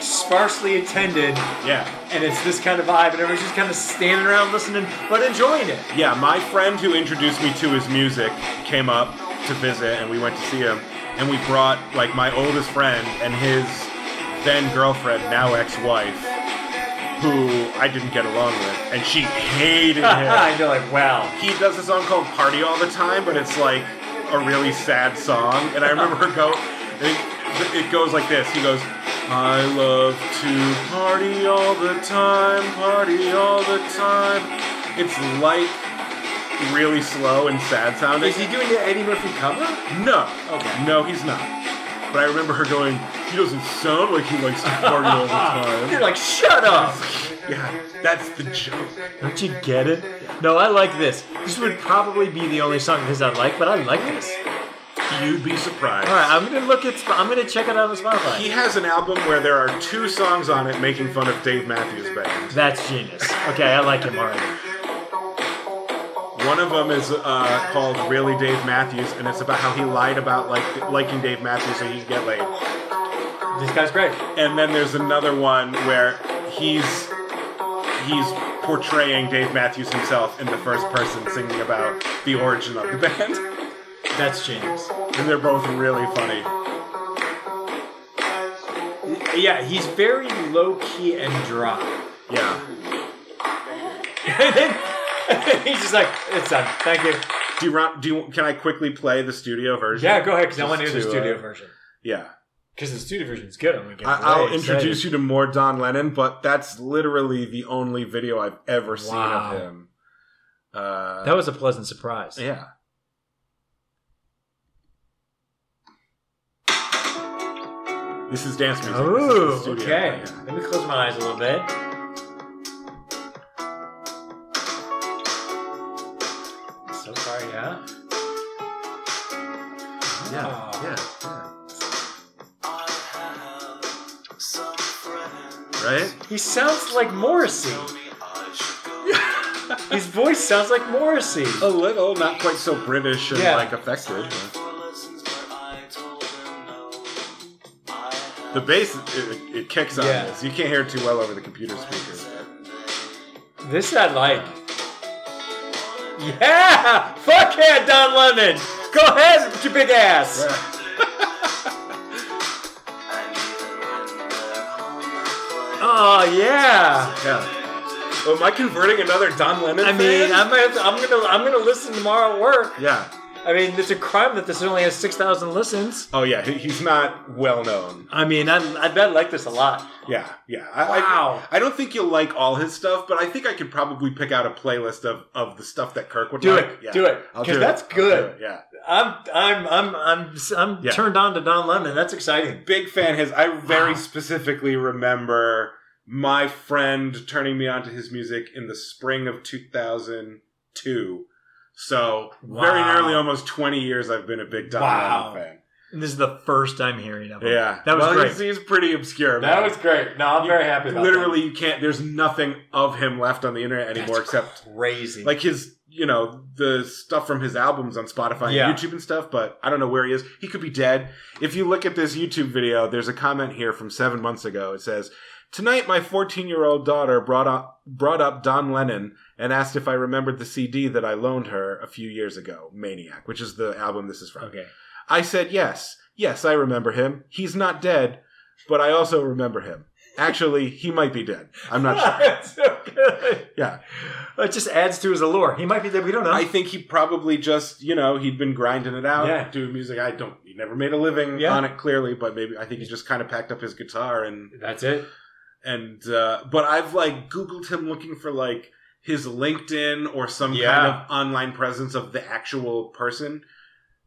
Speaker 2: sparsely attended,
Speaker 1: Yeah.
Speaker 2: and it's this kind of vibe, and everyone's just kind of standing around listening but enjoying it.
Speaker 1: Yeah, my friend who introduced me to his music came up to visit, and we went to see him. And we brought like my oldest friend and his then girlfriend, now ex-wife, who I didn't get along with, and she hated
Speaker 2: and
Speaker 1: him.
Speaker 2: you're like, wow.
Speaker 1: he does a song called "Party All the Time," but it's like a really sad song. And I remember her go, it, it goes like this. He goes. I love to party all the time, party all the time. It's like really slow and sad sounding.
Speaker 2: Is he doing the Eddie Murphy cover?
Speaker 1: No.
Speaker 2: Okay.
Speaker 1: No, he's not. But I remember her going, he doesn't sound like he likes to party all the
Speaker 2: You're
Speaker 1: time.
Speaker 2: like, shut up.
Speaker 1: yeah, that's the joke.
Speaker 2: Don't you get it? No, I like this. This would probably be the only song of his I like, but I like this.
Speaker 1: You'd be surprised.
Speaker 2: All right, I'm gonna look at. Sp- I'm gonna check it out on Spotify.
Speaker 1: He has an album where there are two songs on it making fun of Dave Matthews Band.
Speaker 2: That's genius. Okay, I like him already.
Speaker 1: One of them is uh, called "Really Dave Matthews," and it's about how he lied about like liking Dave Matthews so he could get laid.
Speaker 2: This guy's great.
Speaker 1: And then there's another one where he's he's portraying Dave Matthews himself in the first person, singing about the origin of the band,
Speaker 2: That's genius.
Speaker 1: and they're both really funny.
Speaker 2: Yeah, he's very low key and dry.
Speaker 1: Yeah.
Speaker 2: and then he's just like, it's done. Thank you.
Speaker 1: Do you want? Do you, can I quickly play the studio version?
Speaker 2: Yeah, go ahead because I
Speaker 1: Just
Speaker 2: want to hear the
Speaker 1: to,
Speaker 2: studio
Speaker 1: uh,
Speaker 2: version.
Speaker 1: Yeah.
Speaker 2: Because the studio version is good. I'm gonna get
Speaker 1: I, I'll
Speaker 2: way
Speaker 1: introduce
Speaker 2: excited.
Speaker 1: you to more Don Lennon, but that's literally the only video I've ever seen
Speaker 2: Wow.
Speaker 1: of him. Uh,
Speaker 2: That was a pleasant surprise.
Speaker 1: yeah. This is dance music.
Speaker 2: Oh,
Speaker 1: This is the studio.
Speaker 2: okay. Let me close my eyes a little bit. So far, yeah.
Speaker 1: Yeah.
Speaker 2: Oh.
Speaker 1: Yeah. yeah. Right?
Speaker 2: He sounds like Morrissey. His voice sounds like Morrissey.
Speaker 1: A little, not quite so British and
Speaker 2: Yeah.
Speaker 1: like affected. but- The bass, it, it kicks on
Speaker 2: Yeah.
Speaker 1: this. You can't hear it too well over the computer speakers.
Speaker 2: This I like. Yeah! Fuck yeah, Don Lemon! Go ahead with your big ass! Oh yeah!
Speaker 1: Yeah. Well, am I converting another Don Lemon?
Speaker 2: I mean,
Speaker 1: fan?
Speaker 2: I'm gonna, have to- I'm gonna, I'm gonna listen tomorrow at work.
Speaker 1: yeah.
Speaker 2: I mean, it's a crime that this only has six thousand listens.
Speaker 1: Oh yeah, he- he's not well known.
Speaker 2: I mean, I, I bet I like this a lot.
Speaker 1: Yeah, yeah. I,
Speaker 2: Wow.
Speaker 1: I, I don't think you'll like all his stuff, but I think I could probably pick out a playlist of, of the stuff that Kirk would
Speaker 2: Do
Speaker 1: like.
Speaker 2: it,
Speaker 1: Yeah.
Speaker 2: do it,
Speaker 1: I'll
Speaker 2: 'cause
Speaker 1: do
Speaker 2: that's
Speaker 1: I'll
Speaker 2: good.
Speaker 1: do it, Yeah.
Speaker 2: I'm, I'm, I'm, I'm, I'm
Speaker 1: Yeah.
Speaker 2: turned on to Don Lemon. That's exciting.
Speaker 1: Big fan his. I very
Speaker 2: Wow.
Speaker 1: specifically remember my friend turning me onto his music in the spring of 2002. So very
Speaker 2: Wow.
Speaker 1: nearly almost 20 years I've been a big Don
Speaker 2: Wow.
Speaker 1: Lemon fan.
Speaker 2: And this is the first I'm hearing of it.
Speaker 1: Yeah,
Speaker 2: Uh-huh. that was
Speaker 1: Well,
Speaker 2: great.
Speaker 1: He's, he's pretty obscure. man.
Speaker 2: great. No, I'm
Speaker 1: You-
Speaker 2: very happy.
Speaker 1: literally you can't. There's nothing of him left on the internet
Speaker 2: that.
Speaker 1: anymore
Speaker 2: That's
Speaker 1: except
Speaker 2: crazy.
Speaker 1: like his, you know, the stuff from his albums on Spotify
Speaker 2: Yeah.
Speaker 1: and YouTube and stuff. But I don't know where he is. He could be dead. If you look at this YouTube video, there's a comment here from seven months ago. It says. Tonight, my 14 year old daughter brought up, brought up Don Lennon and asked if I remembered the CD that I loaned her a few years ago, Maniac, which is the album this is from.
Speaker 2: okay.
Speaker 1: I said yes. Yes, I remember him. He's not dead, but I also remember him. Actually, he might be dead. I'm not sure.
Speaker 2: That's so good.
Speaker 1: Yeah.
Speaker 2: It just adds to his allure. He might be dead. We don't know.
Speaker 1: I think he probably just, you know, he'd been grinding it out,
Speaker 2: Yeah.
Speaker 1: doing music. I don't, he never made a living
Speaker 2: Yeah.
Speaker 1: on it clearly, but maybe I think he just kind of packed up his guitar and,
Speaker 2: That's it.
Speaker 1: and, uh, but I've like Googled him looking for like his LinkedIn or some kind
Speaker 2: Yeah.
Speaker 1: of online presence of the actual person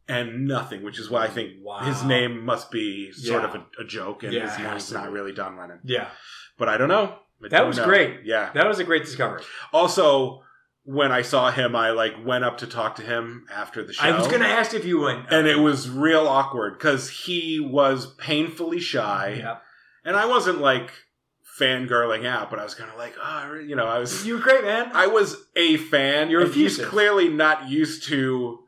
Speaker 1: and nothing, which is why I think
Speaker 2: Wow.
Speaker 1: his name must be sort
Speaker 2: Yeah.
Speaker 1: of a, a joke and
Speaker 2: Yeah,
Speaker 1: his name's
Speaker 2: absolutely.
Speaker 1: not really Don Lennon.
Speaker 2: Yeah.
Speaker 1: but I don't know. I
Speaker 2: That
Speaker 1: don't
Speaker 2: was
Speaker 1: know.
Speaker 2: great.
Speaker 1: Yeah.
Speaker 2: That was a great discovery.
Speaker 1: Also, when I saw him, I like went up to talk to him after the show.
Speaker 2: I was going to ask if you went.
Speaker 1: and it was real awkward because he was painfully shy,
Speaker 2: Yeah.
Speaker 1: and I wasn't like fangirling out, but I was kind of like, oh, you know, I was,
Speaker 2: You were great, man.
Speaker 1: I was a fan.
Speaker 2: You're
Speaker 1: and he's
Speaker 2: effusive.
Speaker 1: clearly not used to,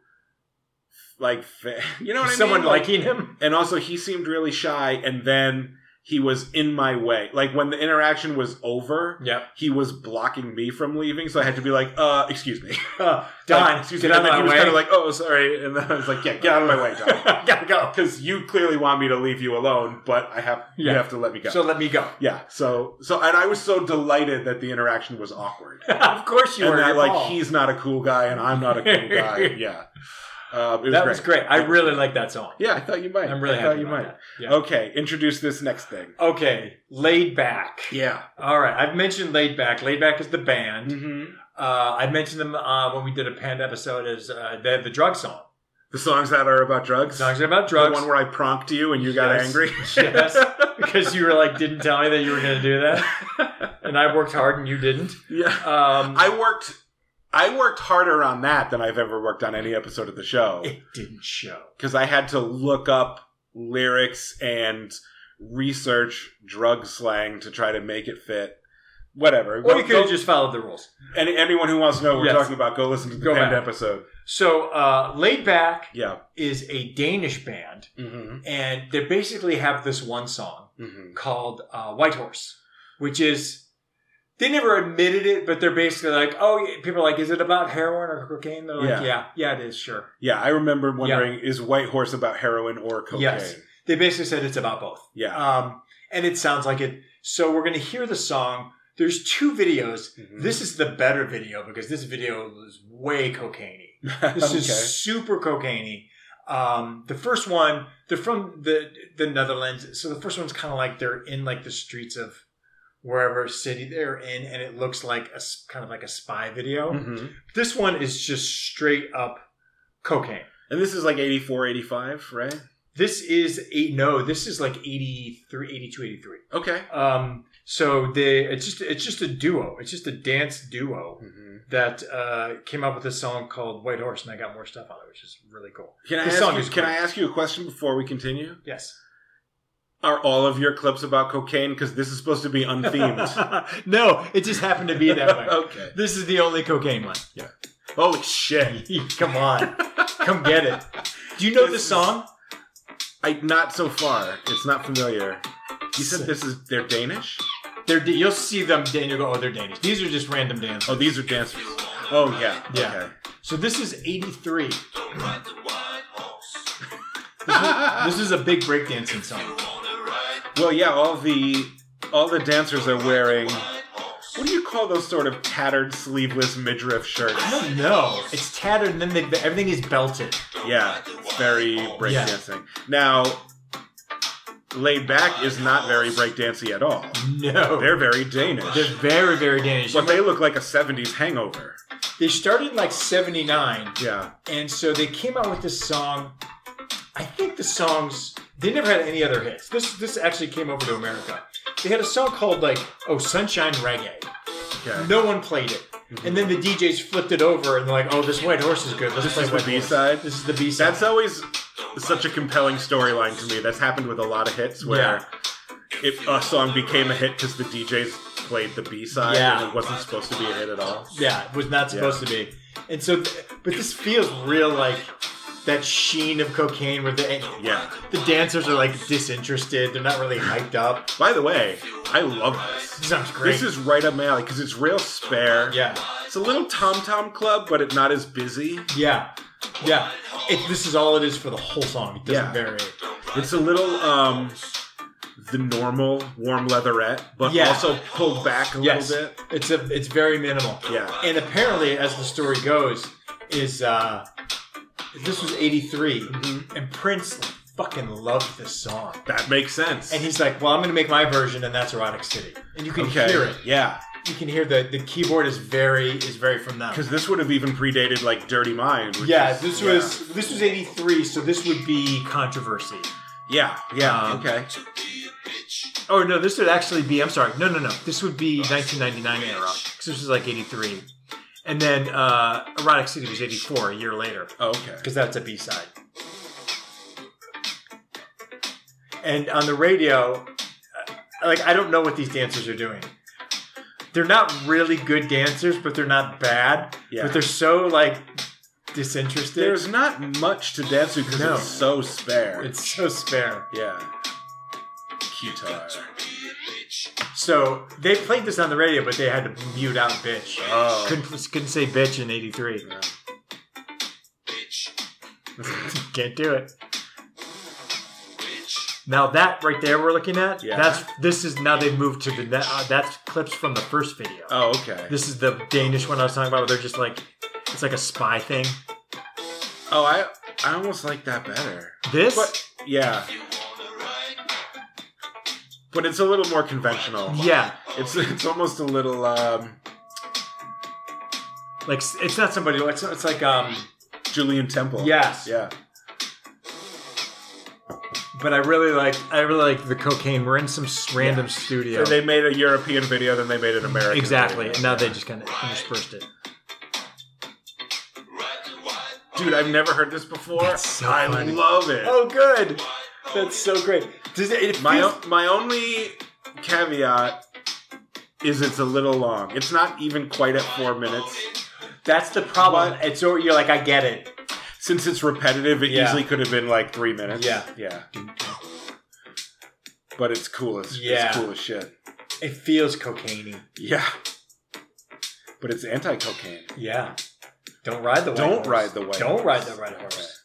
Speaker 1: like, fa- you know what
Speaker 2: Someone
Speaker 1: I mean?
Speaker 2: liking him.
Speaker 1: and also he seemed really shy, and then he was in my way. Like when the interaction was over,
Speaker 2: Yeah.
Speaker 1: he was blocking me from leaving, so I had to be like, uh, excuse me.
Speaker 2: Uh,
Speaker 1: Like,
Speaker 2: Don,
Speaker 1: excuse
Speaker 2: get
Speaker 1: me.
Speaker 2: out
Speaker 1: and then
Speaker 2: of
Speaker 1: he was
Speaker 2: my
Speaker 1: kind of
Speaker 2: way.
Speaker 1: like, oh, sorry. And then I was like, yeah, get out of my way, Don.
Speaker 2: Gotta go.
Speaker 1: Because you clearly want me to leave you alone, but I have
Speaker 2: Yeah.
Speaker 1: you have to let me go.
Speaker 2: So let me go.
Speaker 1: yeah, so so and I was so delighted that the interaction was awkward.
Speaker 2: of course you
Speaker 1: and
Speaker 2: were.
Speaker 1: that
Speaker 2: You're
Speaker 1: like
Speaker 2: Paul.
Speaker 1: he's not a cool guy and I'm not a cool guy. Yeah. Uh, it was
Speaker 2: that
Speaker 1: great.
Speaker 2: was great. I really like that song.
Speaker 1: Yeah, I thought you might.
Speaker 2: I'm really
Speaker 1: I
Speaker 2: happy
Speaker 1: thought you
Speaker 2: about
Speaker 1: might.
Speaker 2: that. Yeah.
Speaker 1: Okay, introduce this next thing.
Speaker 2: Okay, laid back.
Speaker 1: Yeah.
Speaker 2: All right, I've mentioned laid back. Laid back is the band.
Speaker 1: Mm-hmm.
Speaker 2: Uh, I mentioned them uh, when we did a panda episode as uh, the the drug song.
Speaker 1: The songs that are about drugs.
Speaker 2: Songs are about drugs.
Speaker 1: The one where I pronked you and you got
Speaker 2: Yes.
Speaker 1: angry.
Speaker 2: yes, because you were like, didn't tell me that you were going to do that, and I worked hard and you didn't.
Speaker 1: yeah.
Speaker 2: Um,
Speaker 1: I worked I worked harder on that than I've ever worked on any episode of the show
Speaker 2: it didn't show.
Speaker 1: cuz I had to look up lyrics and research drug slang to try to make it fit. whatever.
Speaker 2: Or you
Speaker 1: Go-
Speaker 2: could have
Speaker 1: go-
Speaker 2: just followed the rules.
Speaker 1: any, anyone who wants to know what we're
Speaker 2: Yes.
Speaker 1: talking about, go listen to the
Speaker 2: Go
Speaker 1: pinned
Speaker 2: back.
Speaker 1: episode.
Speaker 2: So, uh, Laid Back
Speaker 1: Yeah.
Speaker 2: is a Danish band,
Speaker 1: Mm-hmm.
Speaker 2: and they basically have this one song
Speaker 1: Mm-hmm.
Speaker 2: called uh, White Horse, which is they never admitted it, but they're basically like, oh, yeah, people are like, is it about heroin or cocaine? They're like,
Speaker 1: Yeah.
Speaker 2: yeah, yeah, it is, sure.
Speaker 1: Yeah, I remember wondering: is White Horse about heroin or cocaine?
Speaker 2: Yes. They basically said it's about both.
Speaker 1: Yeah.
Speaker 2: Um, and it sounds like it. So we're going to hear the song. There's two videos.
Speaker 1: Mhm.
Speaker 2: This is the better video because this video is way cocaine This
Speaker 1: okay.
Speaker 2: is super cocaine Um, the first one, they're from the the Netherlands, so the first one's kind of like they're in like the streets of wherever city they're in, and it looks like a s- kind of like a spy video.
Speaker 1: Mhm.
Speaker 2: This one is just straight up cocaine.
Speaker 1: And this is like 84, 85, right?
Speaker 2: This is eight. No, this is like 83, 82, 83.
Speaker 1: Okay.
Speaker 2: Um, so they it's just it's just a duo. It's just a dance duo
Speaker 1: Mm-hmm.
Speaker 2: that uh, came up with a song called White Horse, and I got more stuff on it, which is really cool.
Speaker 1: Can I
Speaker 2: This
Speaker 1: ask
Speaker 2: song
Speaker 1: you,
Speaker 2: is
Speaker 1: Can
Speaker 2: great.
Speaker 1: I ask you a question before we continue?
Speaker 2: Yes.
Speaker 1: Are all of your clips about cocaine? Because this is supposed to be unthemed.
Speaker 2: no, it just happened to be that way.
Speaker 1: okay.
Speaker 2: This is the only cocaine one. Yeah.
Speaker 1: Holy shit!
Speaker 2: Come on. Come get it. Do you know
Speaker 1: This
Speaker 2: this
Speaker 1: is-
Speaker 2: song?
Speaker 1: I not so far. It's not familiar. You said this is they're Danish.
Speaker 2: They're, da- you'll see them, and you'll go, oh, they're Danish. These are just random dances.
Speaker 1: Oh, these are dancers. Oh yeah.
Speaker 2: Yeah. So this is 83.
Speaker 1: Okay.
Speaker 2: This is a big breakdancing song.
Speaker 1: well, yeah. All the all the dancers are wearing. What do you call those sort of tattered sleeveless midriff shirts?
Speaker 2: I don't know. It's tattered, and then they, everything is belted.
Speaker 1: Yeah, it's very breakdancing. Now, laid back is not very breakdancey at all.
Speaker 2: No.
Speaker 1: They're very Danish.
Speaker 2: They're very, very Danish.
Speaker 1: but they look like a 70s hangover.
Speaker 2: They started in like 79,
Speaker 1: Yeah.
Speaker 2: and so they came out with this song. I think the songs they never had any other hits. This this actually came over to America. They had a song called like "Oh Sunshine Reggae."
Speaker 1: Okay.
Speaker 2: No one played it,
Speaker 1: Mm-hmm.
Speaker 2: and then the DJs flipped it over and they're like, "Oh, this White Horse is good. Let's
Speaker 1: This
Speaker 2: play
Speaker 1: is the
Speaker 2: White Horse."
Speaker 1: B-side?
Speaker 2: This is the B side.
Speaker 1: That's always such a compelling storyline to me. That's happened with a lot of hits where if a song became a hit because the DJs played the B side
Speaker 2: Yeah.
Speaker 1: and it wasn't supposed to be a hit at all.
Speaker 2: Yeah, it was not supposed to be. And so, th- but this feels real like that sheen of cocaine where the
Speaker 1: Yeah.
Speaker 2: the dancers are like disinterested. They're not really hyped up.
Speaker 1: By the way, I love this.
Speaker 2: This sounds great.
Speaker 1: This is right up my alley because it's real spare.
Speaker 2: yeah,
Speaker 1: It's a little Tom Tom club, but it's not as busy.
Speaker 2: yeah, yeah. It, this is all it is for the whole song. It doesn't
Speaker 1: Yeah.
Speaker 2: vary.
Speaker 1: It's a little um the normal warm leatherette, but
Speaker 2: Yeah.
Speaker 1: also pulled back a
Speaker 2: Yes,
Speaker 1: little bit.
Speaker 2: it's a it's very minimal.
Speaker 1: Yeah.
Speaker 2: And apparently, as the story goes, is uh this was '83, and mm-hmm. Prince fucking loved this song.
Speaker 1: That makes sense.
Speaker 2: And he's like, "Well, I'm going to make my version, and that's Erotic City." And you can hear it.
Speaker 1: Yeah.
Speaker 2: you can hear the the keyboard is very is very from them.
Speaker 1: Because this would have even predated like Dirty Mind. which
Speaker 2: Yeah,
Speaker 1: is-
Speaker 2: this
Speaker 1: yeah.
Speaker 2: was this was eighty three, so this would be controversy.
Speaker 1: Yeah, yeah,
Speaker 2: Um,
Speaker 1: okay.
Speaker 2: Oh no, this would actually be. I'm sorry, no, no, no. This would be nineteen ninety nine era because this was like eighty three, and then uh, Erotic City was eighty four a year later
Speaker 1: Oh, okay.
Speaker 2: because that's a B side. And on the radio, uh, like I don't know what these dancers are doing. They're not really good dancers, but they're not bad.
Speaker 1: Yeah.
Speaker 2: But they're so like disinterested.
Speaker 1: There's not much to dance to because
Speaker 2: No.
Speaker 1: it's so spare.
Speaker 2: it's so spare.
Speaker 1: yeah. Guitar.
Speaker 2: So they played this on the radio, but they had to mute out bitch.
Speaker 1: Oh.
Speaker 2: Couldn't, couldn't say bitch in 83.
Speaker 1: Yeah.
Speaker 2: Can't do it. Now that right there we're looking at,
Speaker 1: Yeah.
Speaker 2: that's this is now they've moved to the that, uh, that's clips from the first video.
Speaker 1: Oh, okay.
Speaker 2: This is the Danish one I was talking about where they're just like it's like a spy thing.
Speaker 1: Oh, I I almost like that better.
Speaker 2: This
Speaker 1: But yeah. But it's a little more conventional.
Speaker 2: yeah,
Speaker 1: It's it's almost a little um
Speaker 2: like s- it's not somebody it's, it's like um
Speaker 1: Julian Temple.
Speaker 2: Yes.
Speaker 1: Yeah.
Speaker 2: but I really like I really like the cocaine. We're in some s- random studio.
Speaker 1: So they made a European video, then they made an American.
Speaker 2: exactly.
Speaker 1: video.
Speaker 2: And now they just kind of interspersed it.
Speaker 1: Dude, I've never heard this before.
Speaker 2: That's so
Speaker 1: I
Speaker 2: funny.
Speaker 1: love it.
Speaker 2: Oh good. That's so great. Does it, it
Speaker 1: my
Speaker 2: feels-
Speaker 1: o- my only caveat is it's a little long. It's not even quite at four minutes.
Speaker 2: That's the problem.
Speaker 1: What?
Speaker 2: It's or you're like, I get it.
Speaker 1: Since it's repetitive, it
Speaker 2: Yeah.
Speaker 1: easily could have been like three minutes.
Speaker 2: Yeah.
Speaker 1: Yeah. But it's cool as
Speaker 2: Yeah.
Speaker 1: it's cool as shit.
Speaker 2: It feels cocaine
Speaker 1: Yeah. But it's anti cocaine.
Speaker 2: Yeah. Don't ride the white
Speaker 1: Don't
Speaker 2: horse.
Speaker 1: ride the white
Speaker 2: Don't
Speaker 1: horse.
Speaker 2: ride the white horse.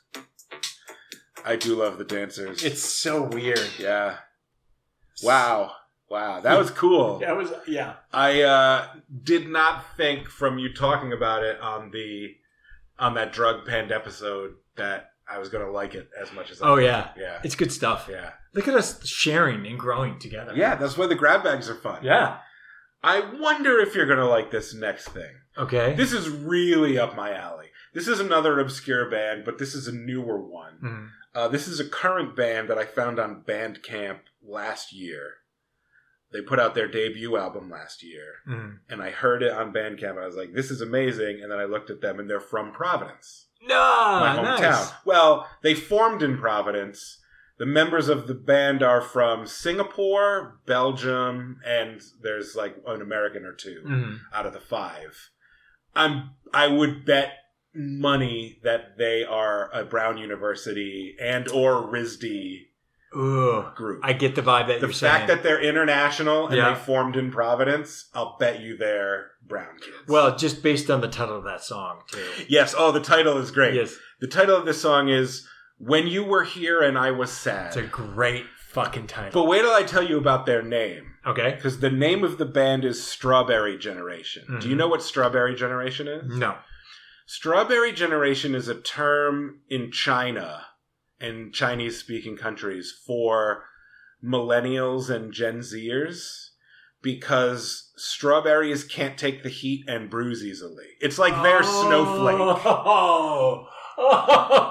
Speaker 1: I do love the dancers.
Speaker 2: It's so weird.
Speaker 1: yeah. Wow. Wow. That was cool.
Speaker 2: That was yeah.
Speaker 1: I uh, did not think from you talking about it on the on that drug penned episode that I was gonna like it as much as I
Speaker 2: Oh yeah.
Speaker 1: yeah
Speaker 2: It's good stuff.
Speaker 1: yeah
Speaker 2: Look at us sharing and growing together.
Speaker 1: yeah that's why the grab bags are fun
Speaker 2: Yeah.
Speaker 1: I wonder if you're gonna like this next thing
Speaker 2: Okay.
Speaker 1: this is really up my alley this is another obscure band but this is a newer one
Speaker 2: Mhm.
Speaker 1: Uh, this is a current band that I found on Bandcamp last year. They put out their debut album last year,
Speaker 2: Mhm.
Speaker 1: and I heard it on Bandcamp, and I was like, "This is amazing!" And then I looked at them, and they're from Providence,
Speaker 2: No,
Speaker 1: my hometown.
Speaker 2: Ah, nice.
Speaker 1: Well, they formed in Providence. The members of the band are from Singapore, Belgium, and there's like an American or 2
Speaker 2: Mhm.
Speaker 1: out of the five. I'm I would bet money that they are a Brown University and or RISD
Speaker 2: Ooh,
Speaker 1: group.
Speaker 2: I get the vibe that
Speaker 1: the
Speaker 2: you're
Speaker 1: fact
Speaker 2: saying.
Speaker 1: that they're international and
Speaker 2: Yeah.
Speaker 1: they formed in Providence, I'll bet you they're Brown kids.
Speaker 2: well, just based on the title of that song too.
Speaker 1: yes. Oh, the title is great.
Speaker 2: Yes,
Speaker 1: The title of this song is "When You Were Here and I Was Sad."
Speaker 2: it's a great fucking title.
Speaker 1: but wait till I tell you about their name.
Speaker 2: okay.
Speaker 1: Because the name of the band is Strawberry Generation. Do you
Speaker 2: Mhm.
Speaker 1: know what Strawberry Generation is?
Speaker 2: No.
Speaker 1: Strawberry generation is a term in China and Chinese speaking countries for millennials and Gen Zers because strawberries can't take the heat and bruise easily. It's like their snowflake,
Speaker 2: Oh.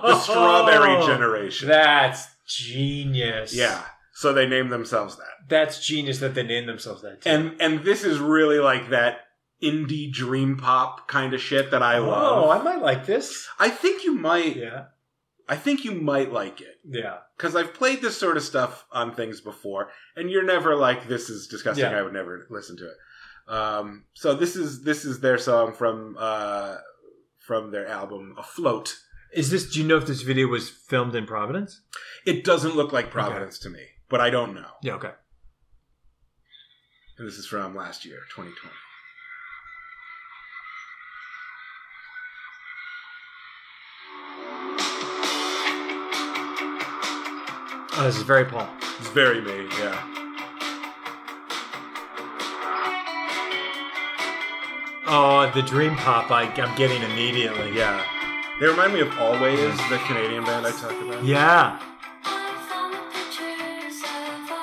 Speaker 1: the strawberry generation.
Speaker 2: That's genius.
Speaker 1: yeah. So they name themselves that.
Speaker 2: That's genius that they named themselves that. Too.
Speaker 1: And and this is really like that indie dream pop kind of shit that I
Speaker 2: Oh,
Speaker 1: love.
Speaker 2: I might like this.
Speaker 1: I think you might
Speaker 2: Yeah.
Speaker 1: I think you might like it.
Speaker 2: Yeah.
Speaker 1: because I've played this sort of stuff on things before, and you're never like, "This is disgusting.
Speaker 2: Yeah.
Speaker 1: I would never listen to it." Um, so this is this is their song from uh, from their album "Afloat."
Speaker 2: Is this? Do you know if this video was filmed in Providence?
Speaker 1: It doesn't look like Providence to me, but I don't know.
Speaker 2: Yeah. Okay.
Speaker 1: And this is from last year, 2020.
Speaker 2: Oh, this is very Paul.
Speaker 1: It's very me, yeah.
Speaker 2: Oh, the dream pop. I, I'm getting immediately.
Speaker 1: Yeah. They remind me of Always, the Canadian band I talked about.
Speaker 2: Yeah.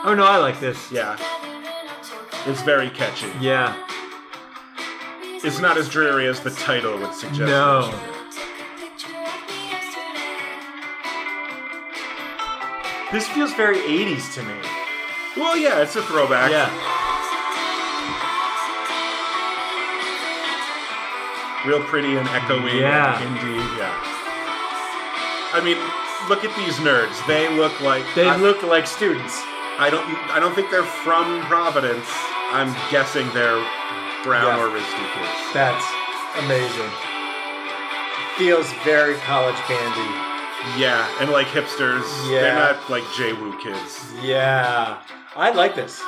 Speaker 2: Oh no, I like this.
Speaker 1: Yeah. It's very catchy.
Speaker 2: Yeah.
Speaker 1: It's not as dreary as the title would suggest.
Speaker 2: No. This feels very 80s to me.
Speaker 1: Well, yeah, it's a throwback.
Speaker 2: Yeah.
Speaker 1: real pretty and echoey.
Speaker 2: Yeah.
Speaker 1: and indie. Yeah. I mean, look at these nerds. They look like
Speaker 2: They
Speaker 1: I,
Speaker 2: look like students.
Speaker 1: I don't. I don't think they're from Providence. I'm guessing they're Brown
Speaker 2: Yeah.
Speaker 1: or RISD kids.
Speaker 2: That's amazing. Feels very college bandy.
Speaker 1: Yeah, and like hipsters. They're
Speaker 2: Yeah.
Speaker 1: not like J-Woo kids.
Speaker 2: Yeah. I like this.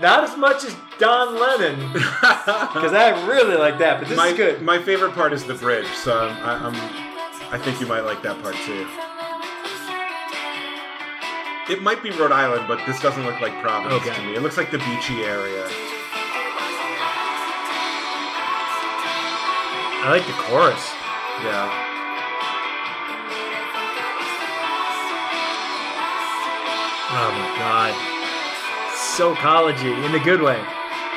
Speaker 2: Not as much as Don Lennon, because I really like that, but this
Speaker 1: my,
Speaker 2: is good.
Speaker 1: My favorite part is the bridge, so I'm, I, I'm. I think you might like that part too. It might be Rhode Island, but this doesn't look like Providence
Speaker 2: Okay.
Speaker 1: to me. It looks like the beachy area.
Speaker 2: I like the chorus.
Speaker 1: Yeah.
Speaker 2: Oh my god. So collegey in a good way.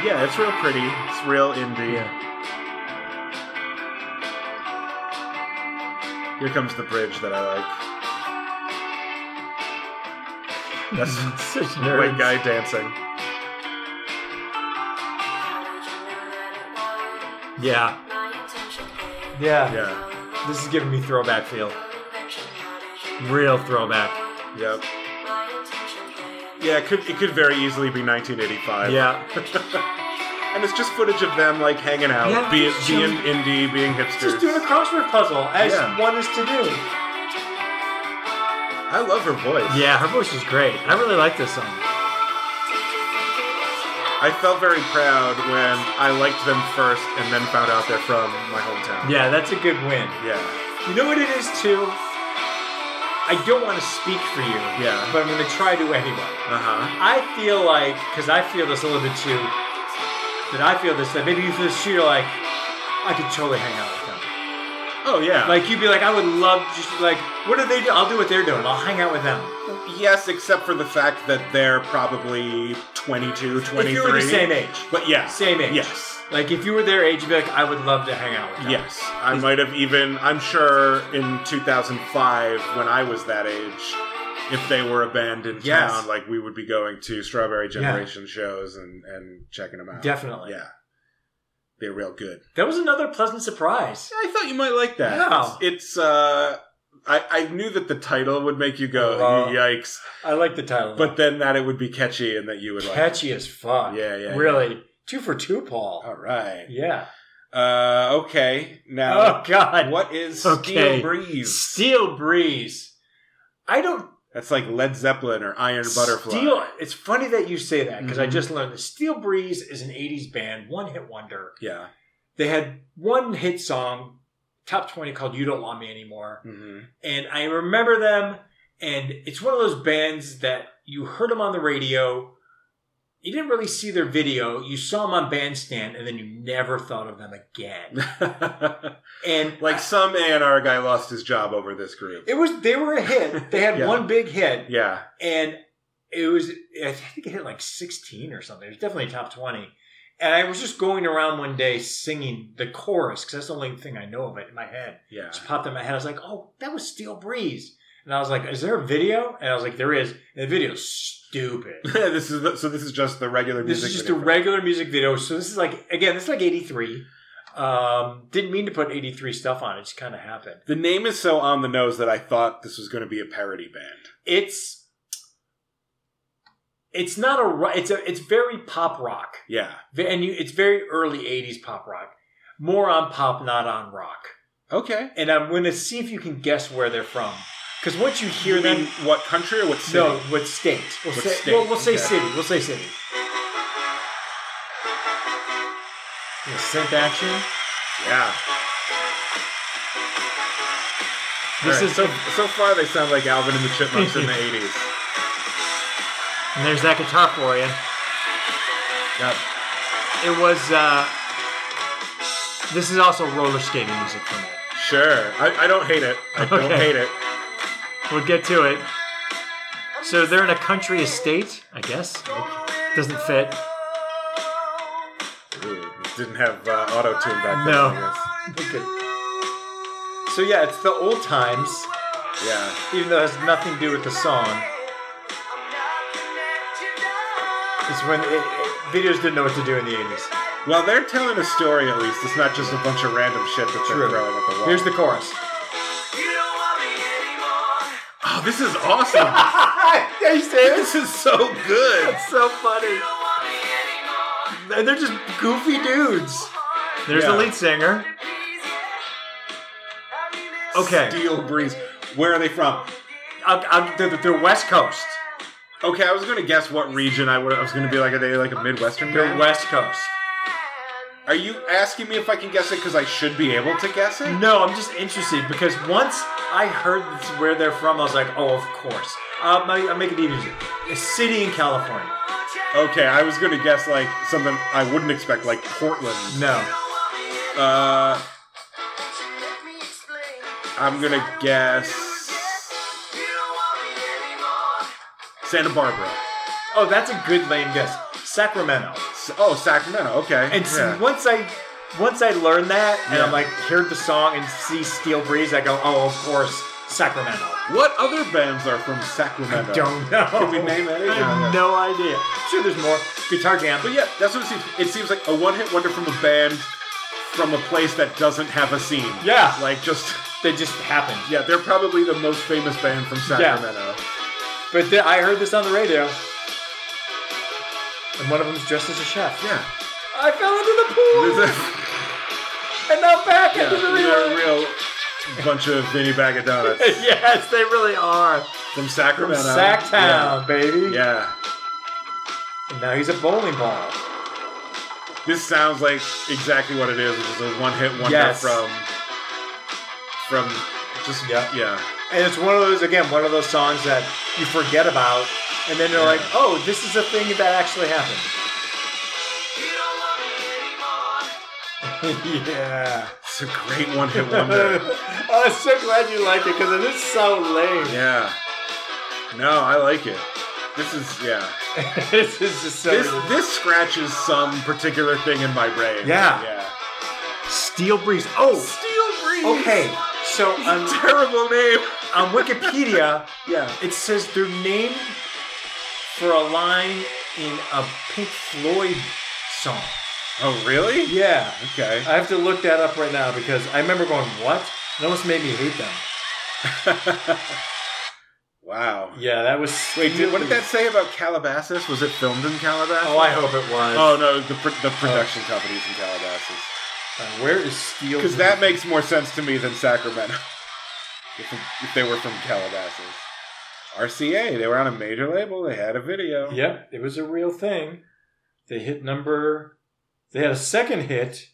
Speaker 1: Yeah, it's real pretty. It's real indie. Here comes the bridge that I like. That's
Speaker 2: Such
Speaker 1: the
Speaker 2: nerds.
Speaker 1: white guy dancing.
Speaker 2: Yeah. Yeah.
Speaker 1: Yeah.
Speaker 2: This is giving me throwback feel. Real throwback.
Speaker 1: Yep. Yeah, it could it could very easily be 1985.
Speaker 2: Yeah.
Speaker 1: and it's just footage of them like hanging out,
Speaker 2: Yeah,
Speaker 1: be,
Speaker 2: just
Speaker 1: being
Speaker 2: chilling.
Speaker 1: indie, being hipsters.
Speaker 2: Just doing a crossword puzzle, as
Speaker 1: Yeah.
Speaker 2: one is to do.
Speaker 1: I love her voice.
Speaker 5: Yeah, her voice is great. I really like this song.
Speaker 1: I felt very proud when I liked them first and then found out they're from my hometown.
Speaker 5: Yeah, that's
Speaker 2: That's a good win.
Speaker 1: Yeah.
Speaker 2: You know what it is, too? I don't want to speak for you,
Speaker 1: Yeah.
Speaker 2: but I'm going to try to anyway.
Speaker 1: Uh-huh.
Speaker 2: I feel like, because I feel this a little bit too, that I feel this, that maybe you feel this too, you're like, I could totally hang out with them.
Speaker 1: Oh yeah.
Speaker 2: Like, you'd be like, I would love, just like, what do they do? I'll do what they're doing. I'll hang out with them.
Speaker 1: yes, except for the fact that they're probably 22, 23.
Speaker 2: If you were the same age.
Speaker 1: But yeah.
Speaker 2: Same age.
Speaker 1: Yes.
Speaker 2: Like, if you were their age, you'd be like, I would love to hang out with them.
Speaker 1: Yes. I might have even I'm sure in 2005 when I was that age if they were a band in
Speaker 2: Yes.
Speaker 1: town like we would be going to Strawberry Generation shows and and checking them out.
Speaker 2: Definitely.
Speaker 1: Yeah. They're real good.
Speaker 2: That was another pleasant surprise.
Speaker 1: I thought you might like that.
Speaker 2: Wow.
Speaker 1: It's, it's, uh I, I knew that the title would make you go
Speaker 2: Wow.
Speaker 1: yikes,
Speaker 2: I like the title.
Speaker 1: but then that it would be catchy and that you would like.
Speaker 2: catchy as fuck.
Speaker 1: Yeah, yeah,
Speaker 2: Really. Two for two, Paul.
Speaker 1: it. All right.
Speaker 2: Yeah.
Speaker 1: Uh, okay.
Speaker 2: Oh,
Speaker 1: Now,
Speaker 2: God.
Speaker 1: what is
Speaker 5: Okay.
Speaker 1: Steel Breeze?
Speaker 2: Steel Breeze. I don't
Speaker 1: That's like Led Zeppelin or Iron Butterfly.
Speaker 2: Steel, it's funny that you say that because I
Speaker 1: Mhm.
Speaker 2: just learned that Steel Breeze is an 80s band, one hit wonder.
Speaker 1: Yeah.
Speaker 2: They had one hit song, top 20, called You Don't Want Me Anymore.
Speaker 1: hmm
Speaker 2: And I remember them, and it's one of those bands that you heard them on the radio. You didn't really see their video. You saw them on Bandstand, and then you never thought of them again. And
Speaker 1: like some A&R guy lost his job over this group.
Speaker 2: it was, they were a hit. They had
Speaker 1: Yeah.
Speaker 2: one big hit,
Speaker 1: yeah.
Speaker 2: and it was I think it hit like 16 or something. It was definitely top 20. And I was just going around one day singing the chorus because that's the only thing I know of it in my head. It
Speaker 1: Yeah.
Speaker 2: just popped in my head. I was like, "Oh, that was Steel Breeze," and I was like, "Is there a video?" And I was like, "There is." And the video's stupid.
Speaker 1: this is the, so this is just the regular
Speaker 2: this
Speaker 1: music
Speaker 2: is just a
Speaker 1: video.
Speaker 2: regular music video. So this is like again, this is like '83. Um, didn't mean to put '83 stuff on. It just kind of happened.
Speaker 1: The name is so on the nose that I thought this was going to be a parody band.
Speaker 2: It's it's not a ro- it's a it's very pop rock.
Speaker 1: Yeah.
Speaker 2: Ve- and you, it's very early 80s pop rock more on pop not on rock
Speaker 1: Okay.
Speaker 2: and i'm going to see if you can guess where they're from because once you hear
Speaker 1: You mean
Speaker 2: them
Speaker 1: what country or what city?
Speaker 2: no what state we'll
Speaker 1: What
Speaker 2: say,
Speaker 1: state?
Speaker 2: We'll, we'll say
Speaker 1: Okay.
Speaker 2: city we'll say city yeah, synth action
Speaker 1: Yeah.
Speaker 5: This
Speaker 1: All right,
Speaker 5: is-
Speaker 1: so so far they sound like Alvin and the Chipmunks in the eighties.
Speaker 5: and there's that guitar for you.
Speaker 1: Yep.
Speaker 5: It was. uh This is also roller skating music for me.
Speaker 1: Sure. I, I don't hate it. I don't
Speaker 5: Okay.
Speaker 1: hate it.
Speaker 5: We'll get to it. So they're in a country estate, I guess. Doesn't fit.
Speaker 1: Ooh, it didn't have uh, auto tune back then.
Speaker 5: No.
Speaker 1: I
Speaker 2: okay. so yeah it's the old times
Speaker 1: guess. Yeah.
Speaker 2: even though it has nothing to do with the song it's when it, it- videos didn't know what to do in the 80s
Speaker 1: Well, they're telling a story at least. It's not just a bunch of random shit that they're
Speaker 2: True.
Speaker 1: throwing at the wall.
Speaker 2: here's the chorus
Speaker 1: oh, this is awesome.
Speaker 2: yeah, you say
Speaker 1: this is so good.
Speaker 2: so funny. And they're just goofy dudes.
Speaker 5: There's the
Speaker 1: Yeah.
Speaker 5: lead singer. Okay.
Speaker 1: Steel Breeze. Where are they from?
Speaker 2: I'm, I'm, they're, they're West Coast.
Speaker 1: Okay, I was gonna guess what region I would. I was gonna be like, are they like a Midwestern
Speaker 2: They're
Speaker 1: band?
Speaker 2: West Coast.
Speaker 1: Are you asking me if I can guess it because I should be able to guess it?
Speaker 2: No, I'm just interested because once I heard this- where they're from, I was like, oh, of course. Uh, my, I'll make it easy. A city in California.
Speaker 1: Okay, I was gonna guess like something I wouldn't expect, like Portland.
Speaker 2: No.
Speaker 1: Uh, I'm gonna guess Santa Barbara.
Speaker 2: Oh, that's a good lame guess. Sacramento.
Speaker 1: S- Oh, Sacramento. Okay.
Speaker 2: And s-
Speaker 1: yeah.
Speaker 2: once I once I learned that, and
Speaker 1: Yeah.
Speaker 2: I'm like, heard the song and see Steel Breeze, I go, oh, of course, Sacramento.
Speaker 1: What other bands are from Sacramento?
Speaker 2: I don't know.
Speaker 1: Can we name any?
Speaker 5: I have no idea.
Speaker 2: sure there's more. Guitar Jam.
Speaker 1: But yeah, that's what it seems. It seems like a one-hit wonder from a band from a place that doesn't have a scene.
Speaker 2: Yeah.
Speaker 1: Like just
Speaker 2: They just happened.
Speaker 1: yeah, they're probably the most famous band from Sacramento.
Speaker 2: But th- I heard this on the radio. and one of them's dressed as a chef.
Speaker 1: Yeah.
Speaker 2: I fell into the pool,
Speaker 1: There's a-
Speaker 2: and now back
Speaker 1: yeah,
Speaker 2: into the
Speaker 1: you are a
Speaker 2: river.
Speaker 1: real bunch of mini bag of donuts
Speaker 5: yes, they really are.
Speaker 1: from
Speaker 2: From
Speaker 1: Sacramento.
Speaker 2: Sacktown,
Speaker 1: Yeah.
Speaker 2: baby.
Speaker 1: yeah.
Speaker 2: And now he's a bowling ball.
Speaker 1: This sounds like exactly what it is, which is a one hit wonder
Speaker 2: Yes.
Speaker 1: from from just
Speaker 2: Yeah.
Speaker 1: yeah.
Speaker 2: And it's one of those again, one of those songs that you forget about, and then you're like, oh, this is a thing that actually happened. yeah.
Speaker 1: It's a great one hit wonder.
Speaker 2: I'm so glad you like it because it is so lame.
Speaker 1: yeah. No, I like it. This is yeah.
Speaker 2: this is just so.
Speaker 1: This this scratches some particular thing in my brain.
Speaker 2: Yeah.
Speaker 1: Yeah.
Speaker 5: Steel Breeze. Oh,
Speaker 1: Steel Breeze.
Speaker 2: okay, so on,
Speaker 1: Terrible name.
Speaker 2: on Wikipedia,
Speaker 1: Yeah.
Speaker 2: it says they're named for a line in a Pink Floyd song.
Speaker 1: Oh really?
Speaker 2: Yeah.
Speaker 1: Okay.
Speaker 2: I have to look that up right now because I remember going, what? It almost made me hate them.
Speaker 1: wow.
Speaker 2: Yeah, that was.
Speaker 1: Wait, did, what did that say about Calabasas? Was it filmed in Calabasas?
Speaker 2: Oh, I hope it was.
Speaker 1: Oh no, the pr- the production company's in Calabasas.
Speaker 2: Uh, where is Steel?
Speaker 1: Because that makes more sense to me than Sacramento. if, if they were from Calabasas, RCA, they were on a major label. They had a video.
Speaker 2: Yep, it was a real thing. They hit number. They had a second hit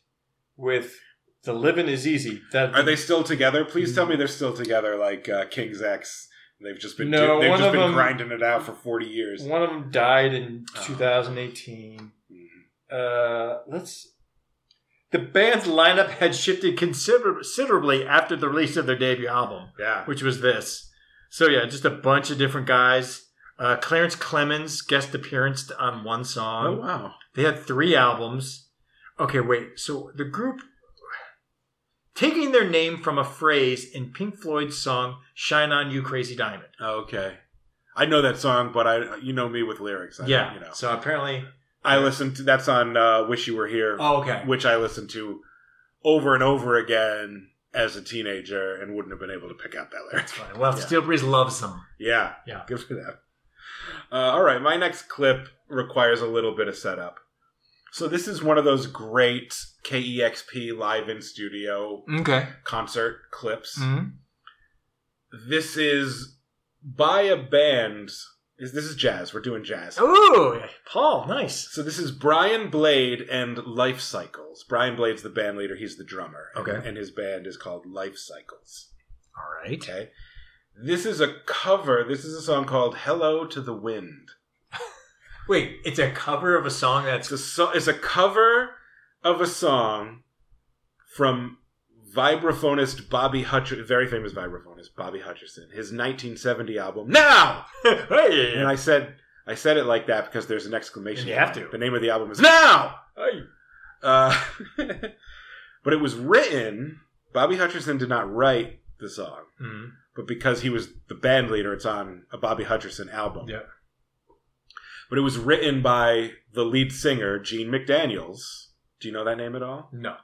Speaker 2: with "The Living Is Easy." That
Speaker 1: Are they still together? Please tell me they're still together, like uh, King's X. They've just been
Speaker 2: No,
Speaker 1: they've
Speaker 2: one
Speaker 1: just
Speaker 2: of
Speaker 1: been
Speaker 2: them-
Speaker 1: grinding it out for forty years.
Speaker 2: One of them died in
Speaker 1: Oh.
Speaker 2: 2018. Uh, let's. The band's lineup had shifted consider- considerably after the release of their debut album,
Speaker 1: Yeah.
Speaker 2: which
Speaker 5: which was this. So yeah, just a bunch of different guys. Uh, Clarence Clemens guest appearance on one song.
Speaker 1: Oh wow.
Speaker 5: They had three albums. Okay, wait. So the group taking their name from a phrase in Pink Floyd's song "Shine on You, Crazy Diamond."
Speaker 1: Oh, okay. I know that song, but I you know me with lyrics. I,
Speaker 5: yeah.
Speaker 1: You know.
Speaker 5: So apparently.
Speaker 1: I listened to that's on uh, "Wish You Were Here."
Speaker 5: Oh, okay.
Speaker 1: which I listened to over and over again as a teenager and wouldn't have been able to pick out that lyric.
Speaker 5: That's fine. Well,
Speaker 1: Yeah.
Speaker 5: Steel Breeze loves them.
Speaker 1: Yeah,
Speaker 5: Yeah.
Speaker 1: good for them. Uh, all right, my next clip requires a little bit of setup. So this is one of those great KEXP live in studio
Speaker 5: Okay.
Speaker 1: concert clips.
Speaker 5: Mm.
Speaker 1: This is by a band. Is this is jazz? We're doing jazz.
Speaker 5: Ooh, Paul, nice.
Speaker 1: So this is Brian Blade and Life Cycles. Brian Blade's the band leader, he's the drummer. and-
Speaker 5: Okay.
Speaker 1: And his band is called Life Cycles.
Speaker 5: All right.
Speaker 1: Okay. This is a cover. This is a song called Hello to the Wind.
Speaker 5: Wait, it's a cover of a song
Speaker 1: It's
Speaker 5: that's
Speaker 1: a, so- it's a cover of a song from vibraphonist Bobby Hutcherson, very famous vibraphonist Bobby Hutcherson, his 1970 album, Now!
Speaker 5: hey,
Speaker 1: And I said I said it like that because there's an exclamation.
Speaker 5: You have
Speaker 1: point.
Speaker 5: to.
Speaker 1: The name of the album is Now!
Speaker 5: hey.
Speaker 1: Uh, but it was written. Bobby Hutcherson did not write the song,
Speaker 5: Mhm.
Speaker 1: but because he was the band leader, it's on a Bobby Hutcherson album.
Speaker 5: Yeah.
Speaker 1: But it was written by the lead singer, Gene McDaniels. Do you know that name at all?
Speaker 5: No.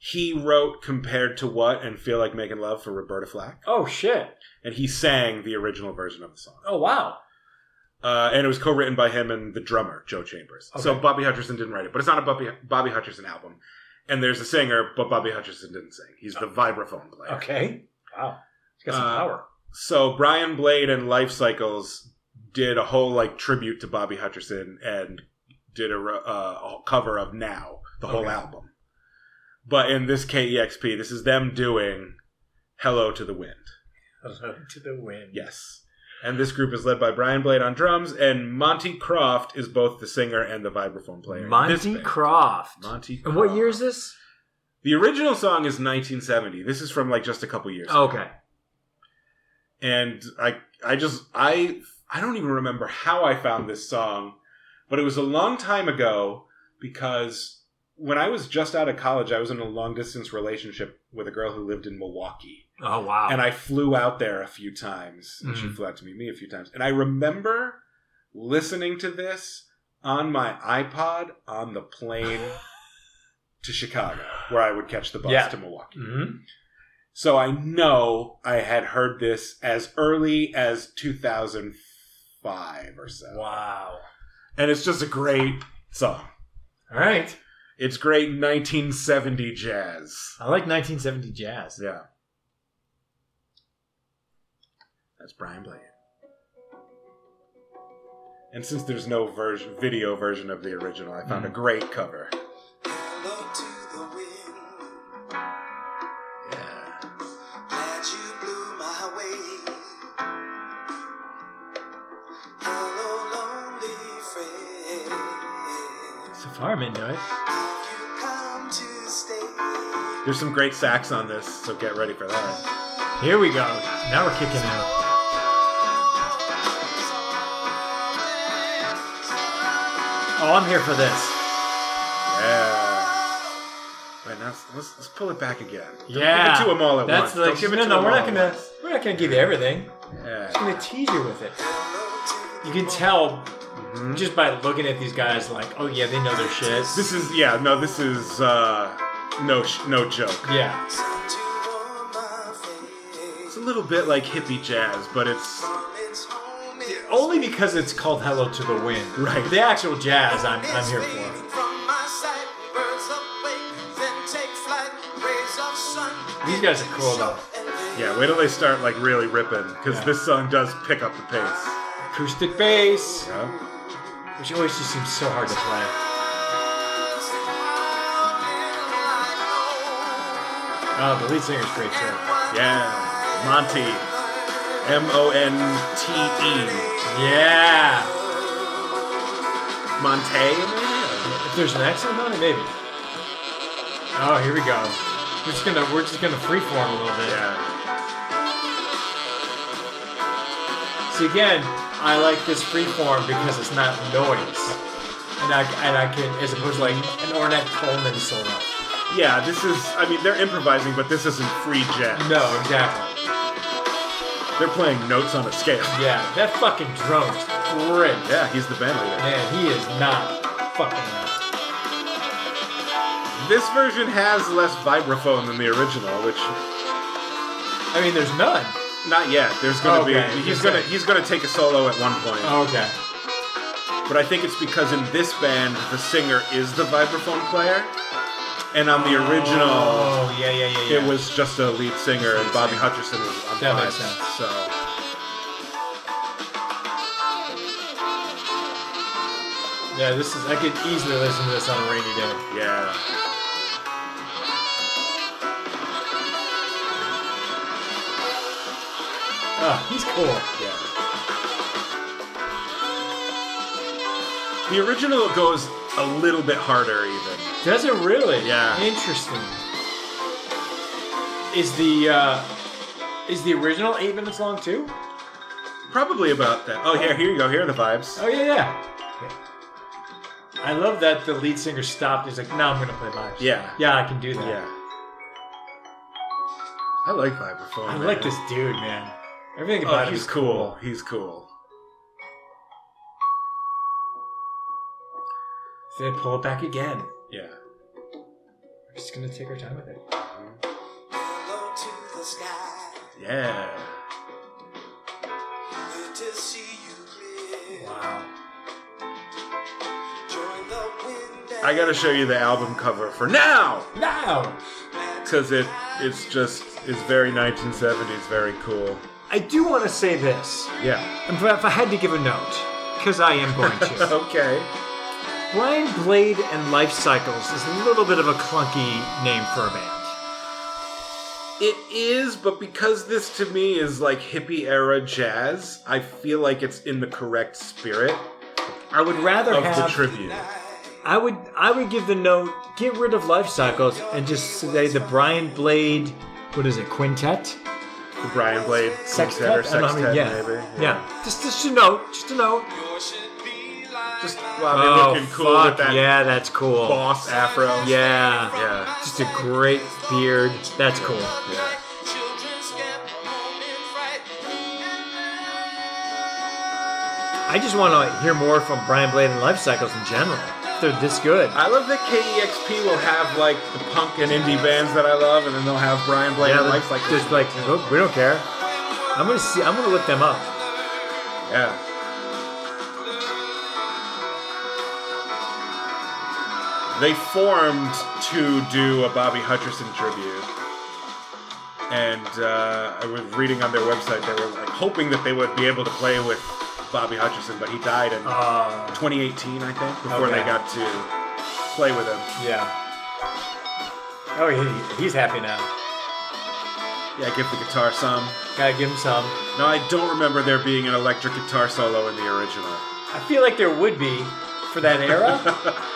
Speaker 1: He wrote Compared to What and Feel Like Making Love for Roberta Flack.
Speaker 5: Oh shit.
Speaker 1: And he sang the original version of the song.
Speaker 5: Oh wow.
Speaker 1: Uh, and it was co-written by him and the drummer Joe Chambers. So
Speaker 5: Okay.
Speaker 1: Bobby Hutcherson didn't write it, but it's not a Bobby Bobby Hutcherson album. And there's a singer, but Bobby Hutcherson didn't sing. He's the vibraphone player.
Speaker 5: Okay. Wow. It's got some
Speaker 1: Uh,
Speaker 5: power.
Speaker 1: So Brian Blade and Life Cycles did a whole like tribute to Bobby Hutcherson and did a, re- uh, a cover of Now, the whole
Speaker 5: Okay.
Speaker 1: album. But in this KEXP, this is them doing Hello to the Wind.
Speaker 5: Hello to the wind.
Speaker 1: Yes. And this group is led by Brian Blade on drums, and Monty Croft is both the singer and the vibraphone player. in this
Speaker 5: Monty
Speaker 1: band.
Speaker 5: Croft.
Speaker 1: Monty Croft.
Speaker 5: And what year is this?
Speaker 1: The original song is 1970. This is from like just a couple years. ago.
Speaker 5: Okay. Oh.
Speaker 1: And I, I just, I, I don't even remember how I found this song, but it was a long time ago because when I was just out of college, I was in a long distance relationship with a girl who lived in Milwaukee.
Speaker 5: Oh wow.
Speaker 1: and I flew out there a few times. And she
Speaker 5: Mhm.
Speaker 1: flew out to meet me a few times. And I remember listening to this on my iPod on the plane to Chicago, where I would catch the bus
Speaker 5: Yeah.
Speaker 1: to Milwaukee.
Speaker 2: Mm-hmm.
Speaker 5: Mhm.
Speaker 1: So I know I had heard this as early as 2005 or so.
Speaker 5: Wow.
Speaker 1: and it's just a great song.
Speaker 2: All right.
Speaker 1: It's great 1970 jazz.
Speaker 2: I like 1970 jazz.
Speaker 1: Yeah. That's Brian Blade. And since there's no version, video version of the original, I
Speaker 5: Mm-hmm.
Speaker 1: found a great cover.
Speaker 6: Hello to the wind
Speaker 2: Yeah.
Speaker 6: that you blew my way. Hello, lonely friend.
Speaker 2: So far, I'm into it.
Speaker 6: Have you come to stay?
Speaker 1: There's some great sax on this, so get ready for that.
Speaker 2: Here we go. Now we're kicking out. Oh, I'm here for this.
Speaker 1: Yeah. Wait, now let's, let's, let's pull it back again. Don't Give
Speaker 2: Yeah.
Speaker 1: it to them all at
Speaker 2: That's
Speaker 1: once.
Speaker 2: like
Speaker 1: Don't give it
Speaker 2: no,
Speaker 1: to
Speaker 2: no.
Speaker 1: them
Speaker 2: We're
Speaker 1: all
Speaker 2: not
Speaker 1: at
Speaker 2: gonna
Speaker 1: once.
Speaker 2: we're not gonna give you everything.
Speaker 1: Yeah.
Speaker 2: Just gonna tease you with it.
Speaker 6: Hello to
Speaker 2: You can tell just by looking at these guys, like, oh yeah, they know their shit.
Speaker 1: Mm-hmm. This is yeah. No, this is uh, no sh- no joke.
Speaker 2: Yeah,
Speaker 6: sun to warm my face.
Speaker 1: It's a little bit like hippie jazz, but it's
Speaker 6: From its home is
Speaker 2: only because it's called "Hello to the Wind."
Speaker 1: Right.
Speaker 2: The actual jazz, I'm I'm
Speaker 6: It's
Speaker 2: here
Speaker 6: fading
Speaker 2: for.
Speaker 6: From my sight, birds awake, then take flight, rays of sun.
Speaker 2: These guys are cool though.
Speaker 1: yeah. Wait till they start like really ripping, because
Speaker 2: Yeah.
Speaker 1: this song does pick up the pace.
Speaker 2: Acoustic bass,
Speaker 1: Yeah.
Speaker 2: which always just seems so hard to play. Oh, the lead singer's great too.
Speaker 1: Yeah. Monty. M O N T E.
Speaker 2: Yeah.
Speaker 1: Monte. maybe?
Speaker 2: If there's an accent on it, maybe. Oh, here we go. We're just gonna we're just gonna freeform a little bit.
Speaker 1: Yeah.
Speaker 2: See again, I like this free form because it's not noise, and I and I can as opposed to like an Ornette Coleman solo.
Speaker 1: Yeah, this is, I mean, they're improvising, but this isn't free jazz.
Speaker 2: No, exactly.
Speaker 1: They're playing notes on a scale.
Speaker 2: Yeah, that fucking drum's great.
Speaker 1: Yeah, he's the band leader.
Speaker 2: Man, he is not fucking. up.
Speaker 1: This version has less vibraphone than the original, which,
Speaker 2: I mean, there's none.
Speaker 1: not yet. There's gonna
Speaker 2: Okay, Oh.
Speaker 1: be, he's
Speaker 2: just
Speaker 1: gonna,
Speaker 2: saying.
Speaker 1: he's gonna take a solo at one point.
Speaker 2: okay.
Speaker 1: But I think it's because in this band, the singer is the vibraphone player, and on the original,
Speaker 2: Oh yeah, yeah, yeah, yeah.
Speaker 1: It was just a lead singer, and Bobby Hutcherson was on
Speaker 2: That
Speaker 1: bass,
Speaker 2: makes sense.
Speaker 1: So
Speaker 2: yeah. This is I could easily listen to this on a rainy day.
Speaker 1: yeah,
Speaker 2: Oh, he's cool.
Speaker 1: yeah. The original goes a little bit harder, even.
Speaker 2: Does it really?
Speaker 1: Yeah.
Speaker 2: Interesting. Is the uh, is the original eight minutes long too?
Speaker 1: Probably about that. Oh yeah, here you go. Here are the vibes.
Speaker 2: Oh yeah, yeah. I love that the lead singer stopped. He's like, "Now I'm gonna play vibes."
Speaker 1: Yeah.
Speaker 2: yeah, I can do that.
Speaker 1: Yeah. I like vibraphone.
Speaker 2: I
Speaker 1: man.
Speaker 2: like this dude, man. Everything
Speaker 1: Oh,
Speaker 2: about him
Speaker 1: he's
Speaker 2: is
Speaker 1: cool. He's cool.
Speaker 2: Then pull it back again. We're
Speaker 1: Yeah.
Speaker 2: just gonna take our time with it.
Speaker 6: Hello to the sky,
Speaker 1: Yeah.
Speaker 6: good to see you clear.
Speaker 2: Wow.
Speaker 6: Join the wind and
Speaker 1: I gotta show you the album cover for now.
Speaker 2: Now,
Speaker 1: because it it's just it's very 1970s, very cool.
Speaker 2: I do want to say this.
Speaker 1: Yeah.
Speaker 2: If I if I had to give a note, because I am going to.
Speaker 1: Okay.
Speaker 2: Blind Blade and Life Cycles is a little bit of a clunky name for a band.
Speaker 1: It is, but because this to me is like hippie era jazz, I feel like it's in the correct spirit
Speaker 2: I would rather
Speaker 1: of the
Speaker 2: have.
Speaker 1: tribute.
Speaker 2: I would. I would give the note. Get rid of Life Cycles and just say the Brian Blade. What is it? Quintet.
Speaker 1: The Brian Blade
Speaker 2: Sextet.
Speaker 1: quintet or
Speaker 2: I don't
Speaker 1: sextet,
Speaker 2: know, I mean, yeah.
Speaker 1: maybe.
Speaker 2: yeah. Just, just a note. Just a note.
Speaker 6: yours should be like
Speaker 1: Just
Speaker 6: mine.
Speaker 1: wow, they're
Speaker 2: oh,
Speaker 1: looking cool with
Speaker 2: fuck,
Speaker 1: that
Speaker 2: yeah, that's cool.
Speaker 1: boss afro.
Speaker 2: Yeah.
Speaker 1: Yeah.
Speaker 2: Just a great beard. That's cool.
Speaker 1: Yeah.
Speaker 6: Children scamper home in fright.
Speaker 2: I just want to hear more from Brian Blade and Life Cycles in general. If they're this good.
Speaker 1: I love that KEXP will have like the punk and indie bands that I love, and then they'll have Brian Blade
Speaker 2: yeah,
Speaker 1: and
Speaker 2: they're
Speaker 1: Life like
Speaker 2: just like "Nope, we don't care. I'm gonna see. I'm gonna look them up.
Speaker 1: Yeah. They formed to do a Bobby Hutcherson tribute. And uh, I was reading on their website, they were like hoping that they would be able to play with Bobby Hutcherson, but he died in
Speaker 2: Uh,
Speaker 1: 2018, I think, before
Speaker 2: Okay.
Speaker 1: they got to play with him.
Speaker 2: yeah. Oh, he, he's happy now.
Speaker 1: Yeah, give the guitar some.
Speaker 2: Gotta give him some.
Speaker 1: No, I don't remember there being an electric guitar solo in the original.
Speaker 2: I feel like there would be for that era.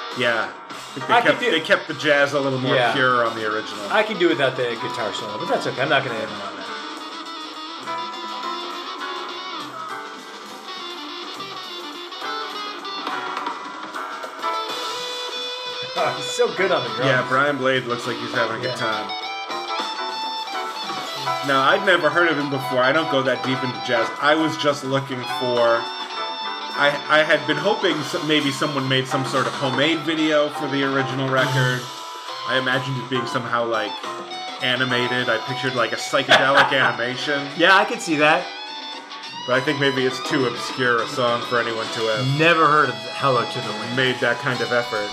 Speaker 1: yeah. I think They
Speaker 2: I could
Speaker 1: kept,
Speaker 2: do-
Speaker 1: they kept the jazz a little more
Speaker 2: Yeah.
Speaker 1: pure on the original.
Speaker 2: I can do without the guitar solo, but that's okay. I'm not gonna hit him on that. Oh, he's so good on the drums.
Speaker 1: yeah, Brian Blade looks like he's having a good
Speaker 2: Yeah.
Speaker 1: time. No, I'd never heard of him before. I don't go that deep into jazz. I was just looking for. I, I had been hoping some, maybe someone made some sort of homemade video for the original record. I imagined it being somehow like animated. I pictured like a psychedelic animation.
Speaker 5: Yeah, I could see that.
Speaker 1: But I think maybe it's too obscure a song for anyone to have
Speaker 5: Never heard of Hello to the Wind.
Speaker 1: made that kind of effort.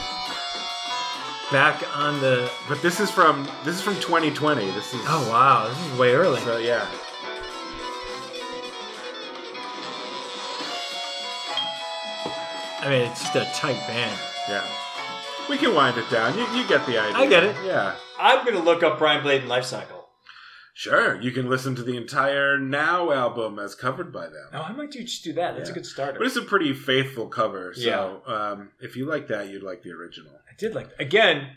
Speaker 5: Back on the.
Speaker 1: But this is from this is from 2020. This is
Speaker 5: Oh wow, this is way early.
Speaker 1: so yeah.
Speaker 5: I mean, it's just a tight band.
Speaker 1: Yeah. We can wind it down. You, you get the idea.
Speaker 5: I get it.
Speaker 1: Yeah.
Speaker 2: I'm gonna look up Brian Blade and Life Cycle.
Speaker 1: Sure. You can listen to the entire Now album as covered by them.
Speaker 2: Oh, I might do just do that. That's
Speaker 1: Yeah.
Speaker 2: a good starter.
Speaker 1: But it's a pretty faithful cover. So
Speaker 2: Yeah.
Speaker 1: um, if you like that, you'd like the original.
Speaker 2: I did like again.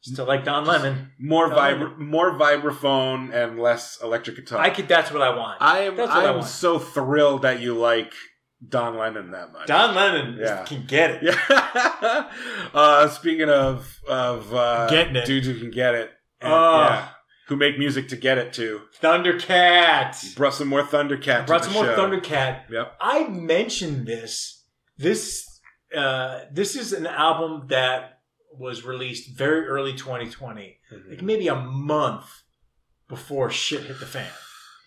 Speaker 2: Still like Don Lemon.
Speaker 1: More
Speaker 2: Oh,
Speaker 1: vibra- more vibraphone and less electric guitar.
Speaker 2: I could. That's what I want.
Speaker 1: I am
Speaker 2: That's what I
Speaker 1: I'm
Speaker 2: want.
Speaker 1: so thrilled that you like Don Lennon that much.
Speaker 2: Don Lemon
Speaker 1: Yeah.
Speaker 2: can get it.
Speaker 1: Yeah. uh, speaking of of uh,
Speaker 5: Getting it.
Speaker 1: dudes who can get it, and-
Speaker 2: Oh.
Speaker 1: yeah, who make music to get it to.
Speaker 2: Thundercat.
Speaker 1: Brought some more Thundercat.
Speaker 2: Brought
Speaker 1: to
Speaker 2: some
Speaker 1: the
Speaker 2: more
Speaker 1: show.
Speaker 2: Thundercat.
Speaker 1: Yep.
Speaker 2: I mentioned this. This uh, this is an album that was released very early 2020,
Speaker 1: Mhm.
Speaker 2: like maybe a month before shit hit the fan.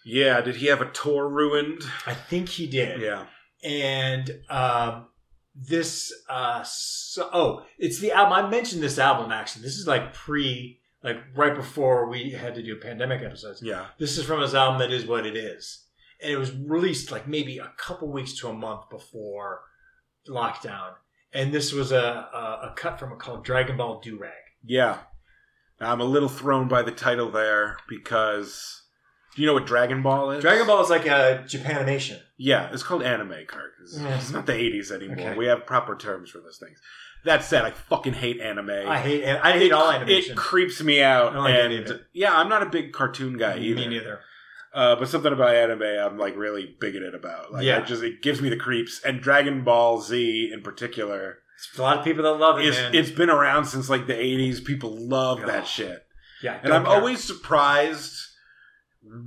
Speaker 1: Yeah. Did he have a tour ruined?
Speaker 2: I think he did.
Speaker 1: Yeah.
Speaker 2: and um, this uh, so, oh it's the album i mentioned this album actually this is like pre like right before we had to do pandemic episodes
Speaker 1: Yeah.
Speaker 2: this is from his album that is what it is and it was released like maybe a couple weeks to a month before lockdown and this was a, a, a cut from it called dragon ball durag
Speaker 1: Yeah. I'm a little thrown by the title there because do you know what Dragon Ball is?
Speaker 2: dragon ball is like a japanimation
Speaker 1: Yeah, it's called anime, Kirk. It's,
Speaker 2: Yeah.
Speaker 1: it's not the 80s anymore.
Speaker 2: Okay.
Speaker 1: We have proper terms for those things. That said, I fucking hate anime.
Speaker 2: i hate and i hate all animation
Speaker 1: It creeps me out.
Speaker 2: I don't like it
Speaker 1: and
Speaker 2: either.
Speaker 1: yeah, I'm not a big cartoon guy either.
Speaker 2: me neither
Speaker 1: Uh, but something about anime, I'm like really bigoted about. Like,
Speaker 2: Yeah.
Speaker 1: I just it gives me the creeps. And Dragon Ball Z in particular,
Speaker 2: There's a lot of people that love it
Speaker 1: is
Speaker 2: Oh, man.
Speaker 1: it's been around since like the 80s. People love
Speaker 2: Yeah.
Speaker 1: that shit,
Speaker 2: yeah
Speaker 1: and I'm always surprised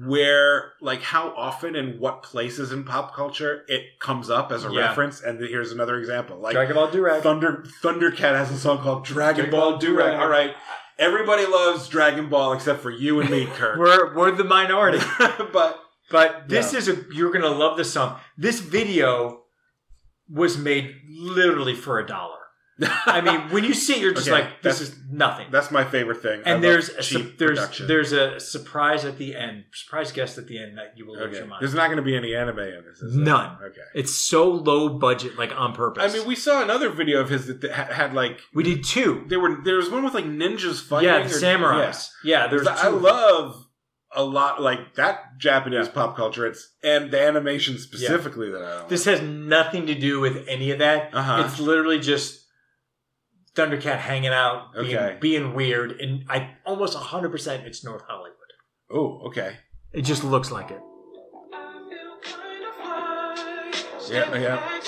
Speaker 1: where like how often and what places in pop culture it comes up as a
Speaker 2: Yeah.
Speaker 1: reference. And here's another example, like
Speaker 2: dragon ball durag
Speaker 1: Thunder Thundercat has a song called Dragon
Speaker 2: Dragon
Speaker 1: Ball
Speaker 2: Ball
Speaker 1: Durag.
Speaker 2: Durag.
Speaker 1: All right, everybody loves Dragon Ball except for you and me, Kirk.
Speaker 2: we're we're the minority
Speaker 1: but
Speaker 2: But this is a you're gonna love this song. This video was made literally for a dollar. I mean, when you see it, you're just
Speaker 1: Okay,
Speaker 2: like, this
Speaker 1: that's-
Speaker 2: is nothing.
Speaker 1: that's my favorite thing. I love
Speaker 2: And there's a, su-
Speaker 1: cheap
Speaker 2: there's
Speaker 1: production.
Speaker 2: there's a surprise at the end, surprise guest at the end that you will lose
Speaker 1: Okay.
Speaker 2: your mind.
Speaker 1: There's not going to be any anime in this. Is there?
Speaker 5: None.
Speaker 1: Okay.
Speaker 5: It's so low budget, like on
Speaker 1: I
Speaker 5: purpose.
Speaker 1: mean, we saw another video of his that th- had, had like
Speaker 5: we did two.
Speaker 1: there were there was one with like ninjas fighting.
Speaker 5: yeah,
Speaker 1: or-
Speaker 5: the samurais. Yeah,
Speaker 1: Yeah.
Speaker 5: there's. Two.
Speaker 1: I love a lot like that Japanese pop culture. It's and the animation specifically that I don't.
Speaker 2: this has nothing to do with any of that.
Speaker 1: Uh-huh.
Speaker 2: It's literally just Thundercat hanging out, being,
Speaker 1: Okay.
Speaker 2: being weird, and I almost 100 percent it's North Hollywood.
Speaker 1: oh, okay.
Speaker 5: It just looks like it.
Speaker 1: Yeah, yeah.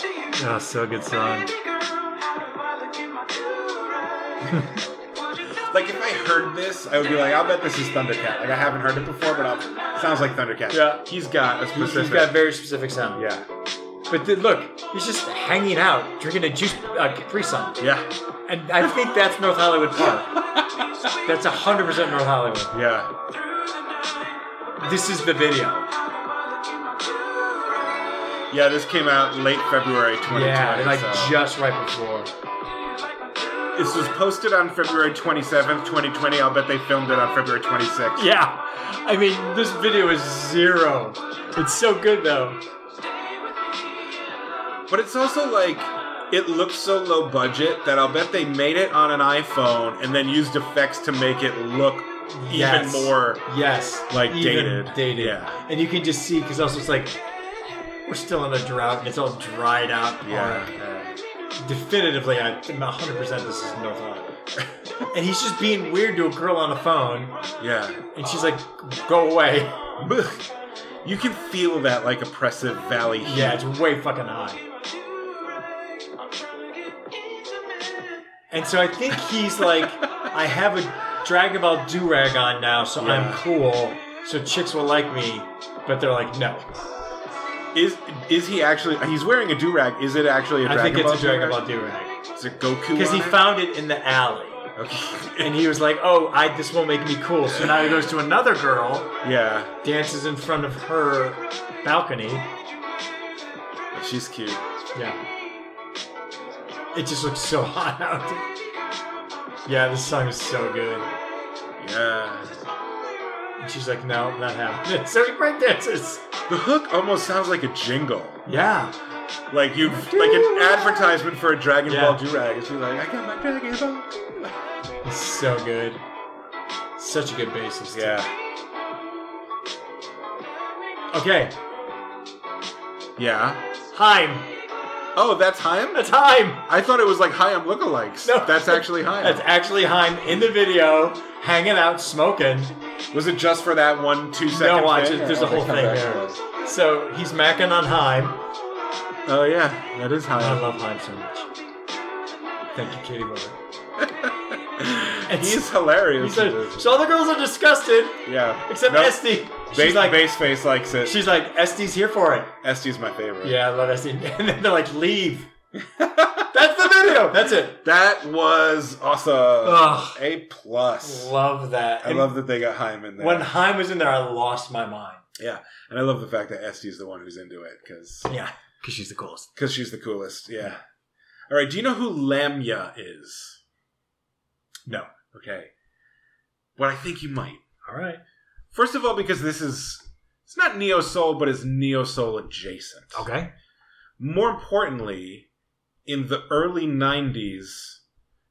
Speaker 5: Oh, so good song.
Speaker 1: Like if I heard this, I would be like, I'll bet this is Thundercat. Like I haven't heard it before, but I'll, sounds like Thundercat.
Speaker 2: Yeah.
Speaker 1: He's got a
Speaker 2: He's
Speaker 1: specific.
Speaker 2: he's got a very specific sound.
Speaker 1: yeah.
Speaker 2: But then, look, he's just hanging out, drinking a juice, uh, Capri Sun.
Speaker 1: Yeah.
Speaker 2: And I think that's North Hollywood Park. that's 100% North Hollywood.
Speaker 1: Yeah.
Speaker 2: This is the video.
Speaker 1: Yeah. This came out late February 2020.
Speaker 2: Yeah, like
Speaker 1: so-
Speaker 2: just right before.
Speaker 1: This was posted on February 27th, 2020. I'll bet they filmed it on February 26th.
Speaker 2: Yeah. I mean, this video is zero. It's so good though.
Speaker 1: But it's also like it looks so low budget that I'll bet they made it on an iPhone and then used effects to make it look
Speaker 2: Yes.
Speaker 1: even more
Speaker 2: Yes.
Speaker 1: like
Speaker 2: even
Speaker 1: dated.
Speaker 2: Dated.
Speaker 1: Yeah.
Speaker 2: And you can just see because also it's like we're still in a drought and it's all dried out.
Speaker 1: Yeah.
Speaker 2: Or definitively, I- I'm 100 percent this is North Island. and he's just being weird to a girl on the phone,
Speaker 1: Yeah.
Speaker 2: and she's like, "Go away."
Speaker 1: You can feel that like oppressive valley heat.
Speaker 2: Yeah, it's way fucking high. And so I think he's like, I have a Dragon Ball do rag on now, so I'm
Speaker 1: Yeah.
Speaker 2: cool. So chicks will like me, but they're like, no.
Speaker 1: Is is he actually? He's wearing a do rag. Is it actually a
Speaker 2: I
Speaker 1: Dragon
Speaker 2: think it's
Speaker 1: Ball
Speaker 2: a Dragon
Speaker 1: do-rag?
Speaker 2: Ball do rag
Speaker 1: Is it Goku?
Speaker 2: because
Speaker 1: on
Speaker 2: he
Speaker 1: it?
Speaker 2: found it in the alley,
Speaker 1: Okay.
Speaker 2: and he was like, oh, I this won't make me cool. So now he goes to another girl,
Speaker 1: yeah,
Speaker 2: dances in front of her balcony.
Speaker 1: she's cute.
Speaker 2: Yeah. It just looks so hot out. Yeah, this song is so good.
Speaker 1: Yeah.
Speaker 2: And she's like, no, not happening. So he break dances.
Speaker 1: The hook almost sounds like a jingle,
Speaker 2: Yeah.
Speaker 1: like you, like an advertisement for a Dragon
Speaker 2: Yeah.
Speaker 1: Ball do rag. It's like I got my Dragon Ball.
Speaker 2: It's so good. Such a good bassist. too.
Speaker 1: Yeah,
Speaker 2: Okay.
Speaker 1: yeah.
Speaker 2: Heim.
Speaker 1: Oh, that's Haim.
Speaker 2: That's Heim.
Speaker 1: I thought it was like Haim lookalikes.
Speaker 2: No.
Speaker 1: that's actually Haim.
Speaker 2: That's actually Heim in the video, hanging out, smoking.
Speaker 1: was it just for that one two second?
Speaker 2: No, watch
Speaker 1: thing?
Speaker 2: it. There's a whole thing there. So he's macking on Heim.
Speaker 1: Oh yeah, that is
Speaker 2: I
Speaker 1: Haim.
Speaker 2: love Heim so much. Thank you, Katie Wilber.
Speaker 1: He's hilarious.
Speaker 2: He's like, so all the girls are disgusted
Speaker 1: yeah,
Speaker 2: except
Speaker 1: No,
Speaker 2: Esty. She's
Speaker 1: Base,
Speaker 2: like,
Speaker 1: base face likes it.
Speaker 2: she's like, Esty's here for it.
Speaker 1: Esty's my favorite.
Speaker 2: Yeah, I love Esty. And then they're like, leave. That's the video. That's it.
Speaker 1: That was awesome.
Speaker 2: Ugh.
Speaker 1: A plus.
Speaker 2: Love that.
Speaker 1: I
Speaker 2: And
Speaker 1: love that they got Haim in there.
Speaker 2: when Heim was in there, I lost my mind.
Speaker 1: yeah, and I love the fact that Esty's the one who's into it because
Speaker 2: Yeah, because she's the coolest.
Speaker 1: she's the coolest. Yeah. All right. Do you know who Lamia is?
Speaker 2: No.
Speaker 1: Okay. Well, I think you might.
Speaker 2: All right.
Speaker 1: First of all, because this is it's not neo soul, but it's neo soul adjacent.
Speaker 2: Okay.
Speaker 1: More importantly, in the early '90s,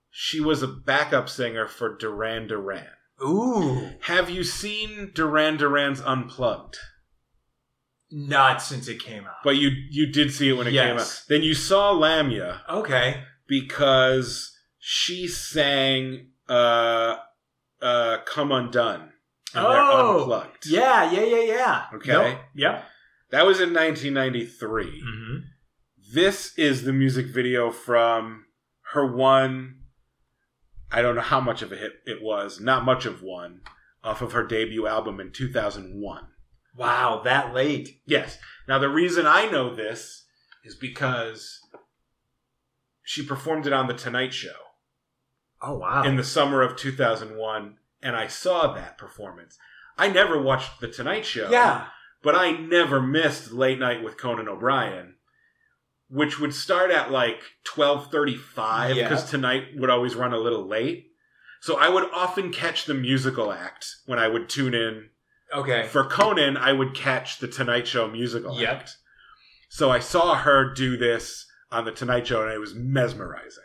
Speaker 1: she was a backup singer for Duran Duran.
Speaker 2: Ooh.
Speaker 1: Have you seen Duran Duran's Unplugged?
Speaker 2: Not since it came out.
Speaker 1: But you you did see it when it came out.
Speaker 2: Yes.
Speaker 1: Then you saw Lamia
Speaker 2: okay.
Speaker 1: because she sang uh uh Come Undone and
Speaker 2: Oh,
Speaker 1: they're unplugged.
Speaker 2: Yeah, yeah, yeah, yeah.
Speaker 1: Okay.
Speaker 2: Nope. Yep.
Speaker 1: That was in 1993.
Speaker 2: Mm-hmm.
Speaker 1: This is the music video from her one I don't know how much of a hit it was, not much of one, off of her debut album in 2001.
Speaker 2: Wow, that late.
Speaker 1: Yes. Now the reason I know this is because she performed it on the Tonight Show
Speaker 2: Oh wow.
Speaker 1: in the summer of 2001 and I saw that performance. I never watched the Tonight Show.
Speaker 2: yeah.
Speaker 1: But I never missed Late Night with Conan O'Brien, which would start at like 12:35
Speaker 2: Yeah.
Speaker 1: because Tonight would always run a little late. So I would often catch the musical act when I would tune in
Speaker 2: Okay.
Speaker 1: for Conan, I would catch the Tonight Show musical
Speaker 2: Yep.
Speaker 1: act. So I saw her do this on the Tonight Show, and it was mesmerizing.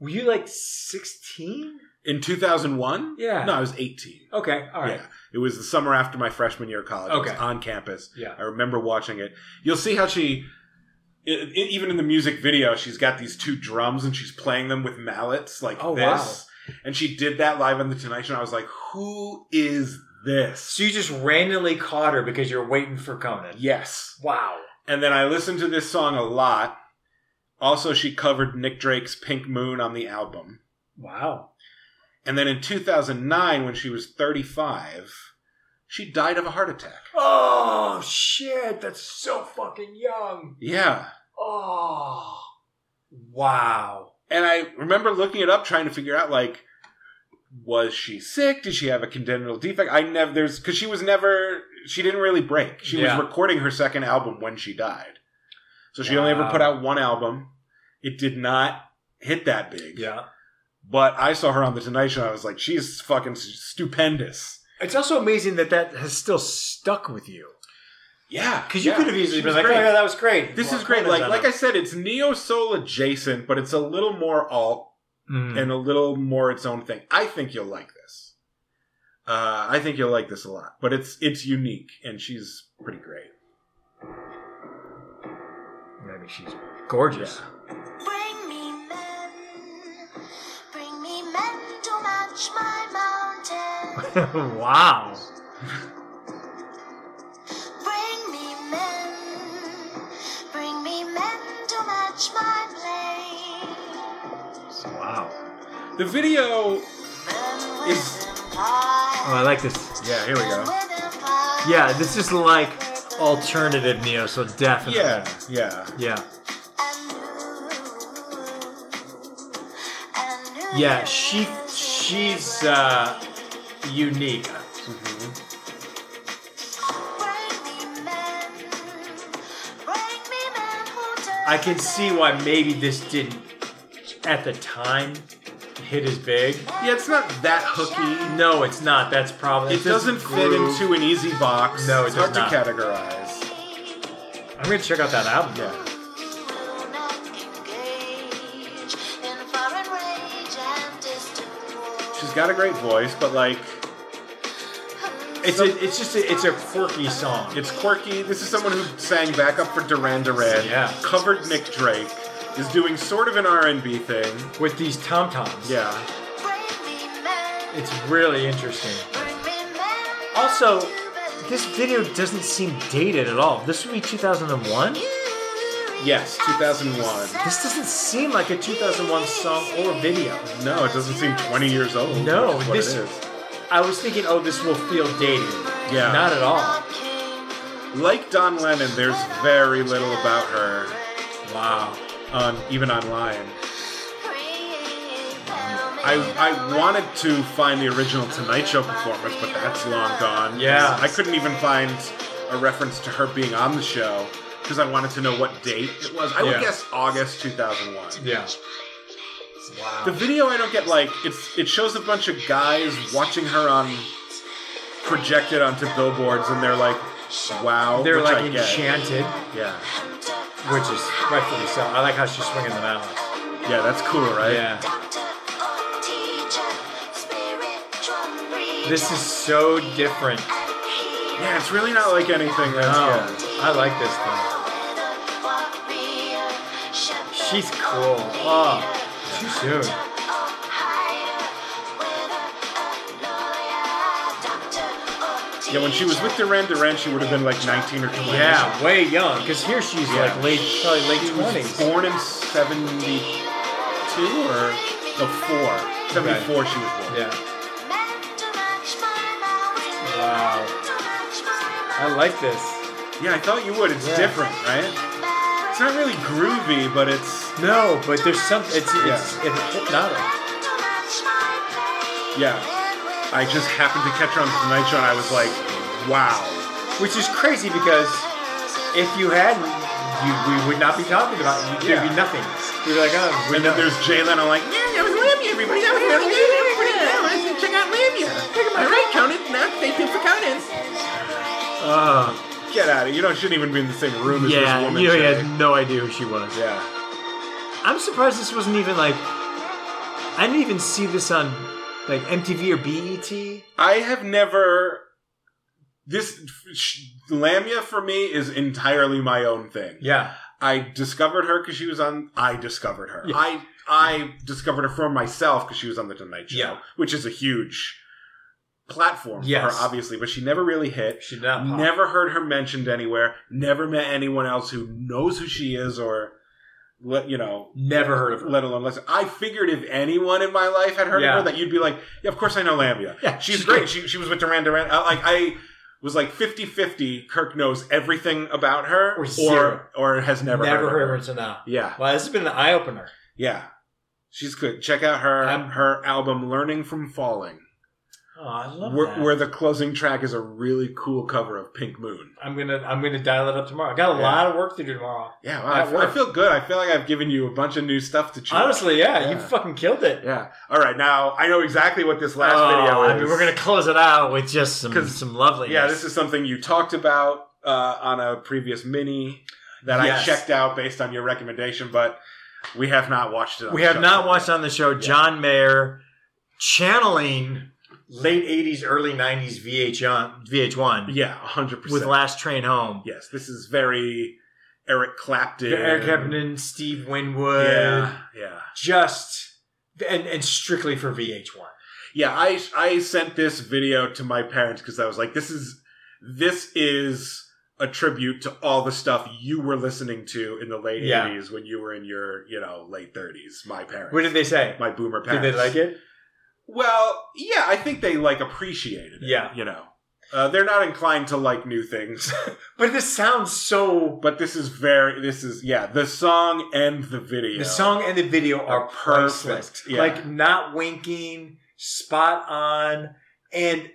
Speaker 2: Were you like sixteen?
Speaker 1: In 2001?
Speaker 2: Yeah.
Speaker 1: No, I was 18.
Speaker 2: Okay. All right.
Speaker 1: Yeah. It was the summer after my freshman year of college. I was
Speaker 2: Okay.
Speaker 1: on campus.
Speaker 2: Yeah.
Speaker 1: I remember watching it. You'll see how she, i i even in the music video, she's got these two drums and she's playing them with mallets like
Speaker 2: Oh,
Speaker 1: this. And she did that live on the Tonight Show. And I was like, who is this?
Speaker 2: So you just randomly caught her because you're waiting for Conan.
Speaker 1: yes.
Speaker 2: Wow.
Speaker 1: And then I listened to this song a lot. Also, she covered Nick Drake's Pink Moon on the album.
Speaker 2: Wow.
Speaker 1: And then in 2009, when she was 35, she died of a heart attack.
Speaker 2: Oh shit, that's so fucking young.
Speaker 1: Yeah.
Speaker 2: Oh. Wow.
Speaker 1: And I remember looking it up, trying to figure out, like, was she sick? Did she have a congenital defect? I never, there's, because she was never, she didn't really break. She
Speaker 2: Yeah.
Speaker 1: was recording her second album when she died. So she only ever
Speaker 2: Wow.
Speaker 1: put out one album. It did not hit that big.
Speaker 2: Yeah.
Speaker 1: But I saw her on the Tonight Show. And I was like, she's fucking stupendous.
Speaker 2: It's also amazing that that has still stuck with you.
Speaker 1: Yeah,
Speaker 2: 'Cause you
Speaker 1: yeah.
Speaker 2: could have easily
Speaker 7: She's
Speaker 2: been
Speaker 7: been
Speaker 2: like,
Speaker 7: like,
Speaker 2: great.
Speaker 7: oh, yeah, that was great.
Speaker 1: This
Speaker 7: Well,
Speaker 1: is great.
Speaker 7: Conan's
Speaker 1: Like
Speaker 7: on
Speaker 1: like
Speaker 7: it.
Speaker 1: I said, it's neo soul adjacent, but it's a little more alt
Speaker 2: Mm-hmm. Hmm.
Speaker 1: and a little more its own thing. I think you'll like this. Uh, I think you'll like this a lot, but it's it's unique and she's pretty great.
Speaker 2: I mean, she's gorgeous.
Speaker 5: Bring me men, bring me men to match my mountain.
Speaker 2: wow.
Speaker 5: Bring me men, bring me men to match my place.
Speaker 2: Wow.
Speaker 1: The video,
Speaker 5: Men
Speaker 1: Is-
Speaker 5: with
Speaker 2: Oh,
Speaker 5: empire,
Speaker 2: I like this.
Speaker 1: yeah, here we
Speaker 5: men
Speaker 1: go.
Speaker 5: with empire.
Speaker 2: Yeah, this is like alternative neo, so definitely.
Speaker 1: Yeah, yeah.
Speaker 2: Yeah.
Speaker 5: And new, and new
Speaker 2: Yeah, she
Speaker 5: years
Speaker 2: she's
Speaker 5: in a
Speaker 2: uh
Speaker 5: way.
Speaker 2: unique. I
Speaker 5: I
Speaker 2: can see why maybe this didn't at the time hit as big.
Speaker 1: Yeah, it's not that hooky.
Speaker 2: No, it's not. That's probably
Speaker 1: It doesn't fit
Speaker 2: groove.
Speaker 1: into an easy box.
Speaker 2: No, it
Speaker 1: it's
Speaker 2: does
Speaker 1: hard
Speaker 2: not.
Speaker 1: to categorize.
Speaker 2: I'm gonna check out that album.
Speaker 1: Yeah. She's got a great voice, but like
Speaker 2: It's a, it's just a, it's a quirky song.
Speaker 1: it's quirky. This is someone who sang backup for Duran Duran,
Speaker 2: Yeah.
Speaker 1: covered Nick Drake, is doing sort of an R and B thing.
Speaker 2: with these tom toms.
Speaker 1: Yeah.
Speaker 2: It's really interesting. Also, this video doesn't seem dated at all. This would be 2001?
Speaker 1: Yes, 2001.
Speaker 2: This doesn't seem like a 2001 song or video.
Speaker 1: No, it doesn't seem 20 years old.
Speaker 2: No,
Speaker 1: which is what
Speaker 2: this-
Speaker 1: it is.
Speaker 2: I was thinking, oh, this will feel dated.
Speaker 1: Yeah.
Speaker 2: Not at all.
Speaker 1: Like Don Lennon, there's very little about her
Speaker 2: Wow.
Speaker 1: on even online. I I wanted to find the original Tonight Show performance, but that's long gone.
Speaker 2: Yeah.
Speaker 1: I couldn't even find a reference to her being on the show because I wanted to know what date it was. I would
Speaker 2: Yeah.
Speaker 1: guess August 2001.
Speaker 2: Yeah. Wow.
Speaker 1: The video I don't get like it's it shows a bunch of guys watching her on projected onto billboards and they're like wow
Speaker 2: They're
Speaker 1: which
Speaker 2: like
Speaker 1: I get.
Speaker 2: enchanted,
Speaker 1: yeah
Speaker 2: which is rightfully so. I like how she's swinging the mallet.
Speaker 1: yeah that's cool right
Speaker 2: Yeah.
Speaker 5: This
Speaker 2: This is so different.
Speaker 1: Yeah, it's really not like anything that's
Speaker 2: Oh,
Speaker 1: yeah.
Speaker 2: I like this thing. She's cool. Oh, too soon.
Speaker 1: Yeah, when she was with Duran Duran, she would have been like 19 or 20.
Speaker 2: Yeah, way young. Because here she's
Speaker 1: Yeah.
Speaker 2: like late, probably late
Speaker 1: She was
Speaker 2: twenties.
Speaker 1: born in 72 or no, 4. 74 she was born.
Speaker 2: Yeah. Wow. I like this.
Speaker 1: Yeah, I thought you would. It's
Speaker 2: Yeah.
Speaker 1: different, right? It's not really groovy, but it's
Speaker 2: No, but there's some. It's it's it's hypnotic.
Speaker 1: yeah. I just happened to catch her on the Tonight Show, and I was like, wow.
Speaker 2: Which is crazy because if you hadn't, you, we would not be talking about. it. You'd
Speaker 1: Yeah.
Speaker 2: be nothing. You'd be like, oh, we
Speaker 1: And then
Speaker 2: know.
Speaker 1: there's Jalen. I'm like, yeah, that was Lambia, everybody. That was really good. That was pretty good. I said, check out Lambia. All right, Conan. Now stay tuned for Conan.
Speaker 2: Uh,
Speaker 1: Get out of here. You don't shouldn't even be in the same room as this
Speaker 2: yeah,
Speaker 1: woman.
Speaker 2: you
Speaker 1: Shay.
Speaker 2: had no idea who she was.
Speaker 1: yeah.
Speaker 2: I'm surprised this wasn't even like. I didn't even see this on like MTV or E BET.
Speaker 1: I have never this sh- Lamia for me is entirely my own thing.
Speaker 2: Yeah.
Speaker 1: I discovered her because she was on. I discovered her.
Speaker 2: Yeah.
Speaker 1: I I discovered her for myself because she was on the Tonight Show,
Speaker 2: Yeah.
Speaker 1: which is a huge platform for
Speaker 2: Yes.
Speaker 1: her, obviously. But she never really hit.
Speaker 2: She did not. pop.
Speaker 1: Never heard her mentioned anywhere. Never met anyone else who knows who she is or let you know
Speaker 2: Never heard of her.
Speaker 1: let alone listen. I figured if anyone in my life had heard of
Speaker 2: Yeah.
Speaker 1: her, that you'd be like, yeah, of course I know Lambia.
Speaker 2: Yeah,
Speaker 1: she's,
Speaker 2: she's
Speaker 1: great.
Speaker 2: good.
Speaker 1: She, she was with Duran Duran. I, like, I was like 50 50. Kirk knows everything about her
Speaker 2: Or zero.
Speaker 1: or, or has never, heard, of her.
Speaker 2: until now.
Speaker 1: Yeah,
Speaker 2: Wow, this has been an eye opener.
Speaker 1: yeah. She's good. Check out her
Speaker 2: I'm-
Speaker 1: her album, Learning from Falling.
Speaker 2: Oh, I love
Speaker 1: where,
Speaker 2: that.
Speaker 1: where the closing track is a really cool cover of Pink Moon.
Speaker 2: I'm gonna I'm gonna dial it up tomorrow. I got a
Speaker 1: Yeah.
Speaker 2: lot of work to do tomorrow.
Speaker 1: Yeah,
Speaker 2: That
Speaker 1: wow, I, I
Speaker 2: worked.
Speaker 1: feel good. I feel like I've given you a bunch of new stuff to choose.
Speaker 2: Honestly, yeah, you
Speaker 1: Yeah.
Speaker 2: fucking killed it.
Speaker 1: Yeah. All right. Now I know exactly what this last
Speaker 5: Oh,
Speaker 1: video is.
Speaker 5: I mean, we're gonna close it out with just some
Speaker 1: 'Cause-
Speaker 5: some loveliness.
Speaker 1: Yeah, this is something you talked about uh, on a previous mini that
Speaker 2: Yes.
Speaker 1: I checked out based on your recommendation, but we have not watched it. On
Speaker 5: we
Speaker 1: the
Speaker 5: have
Speaker 1: show.
Speaker 5: not watched on the show John Mayer channeling
Speaker 2: Late '80s, early '90s VH1.
Speaker 5: VH1
Speaker 1: Yeah, hundred
Speaker 5: with
Speaker 1: percent.
Speaker 5: Last Train Home.
Speaker 1: Yes, this is very Eric Clapton.
Speaker 2: Eric Clapton, Steve Winwood,
Speaker 1: Yeah, yeah,
Speaker 2: just and and strictly for VH1.
Speaker 1: yeah. I I sent this video to my parents because I was like, this is this is a tribute to all the stuff you were listening to in the late
Speaker 2: Yeah.
Speaker 1: '80s when you were in your you know late 30s. My parents.
Speaker 2: What did they say?
Speaker 1: my boomer parents.
Speaker 2: Did they like it?
Speaker 1: Well, yeah, I think they like appreciated it.
Speaker 2: Yeah.
Speaker 1: you know, uh, they're not inclined to like new things.
Speaker 2: But this sounds so.
Speaker 1: but this is very. This is yeah. The song and the video.
Speaker 2: The song and the video
Speaker 1: Are
Speaker 2: are priceless.
Speaker 1: perfect, yeah.
Speaker 2: Like not winking, spot on, and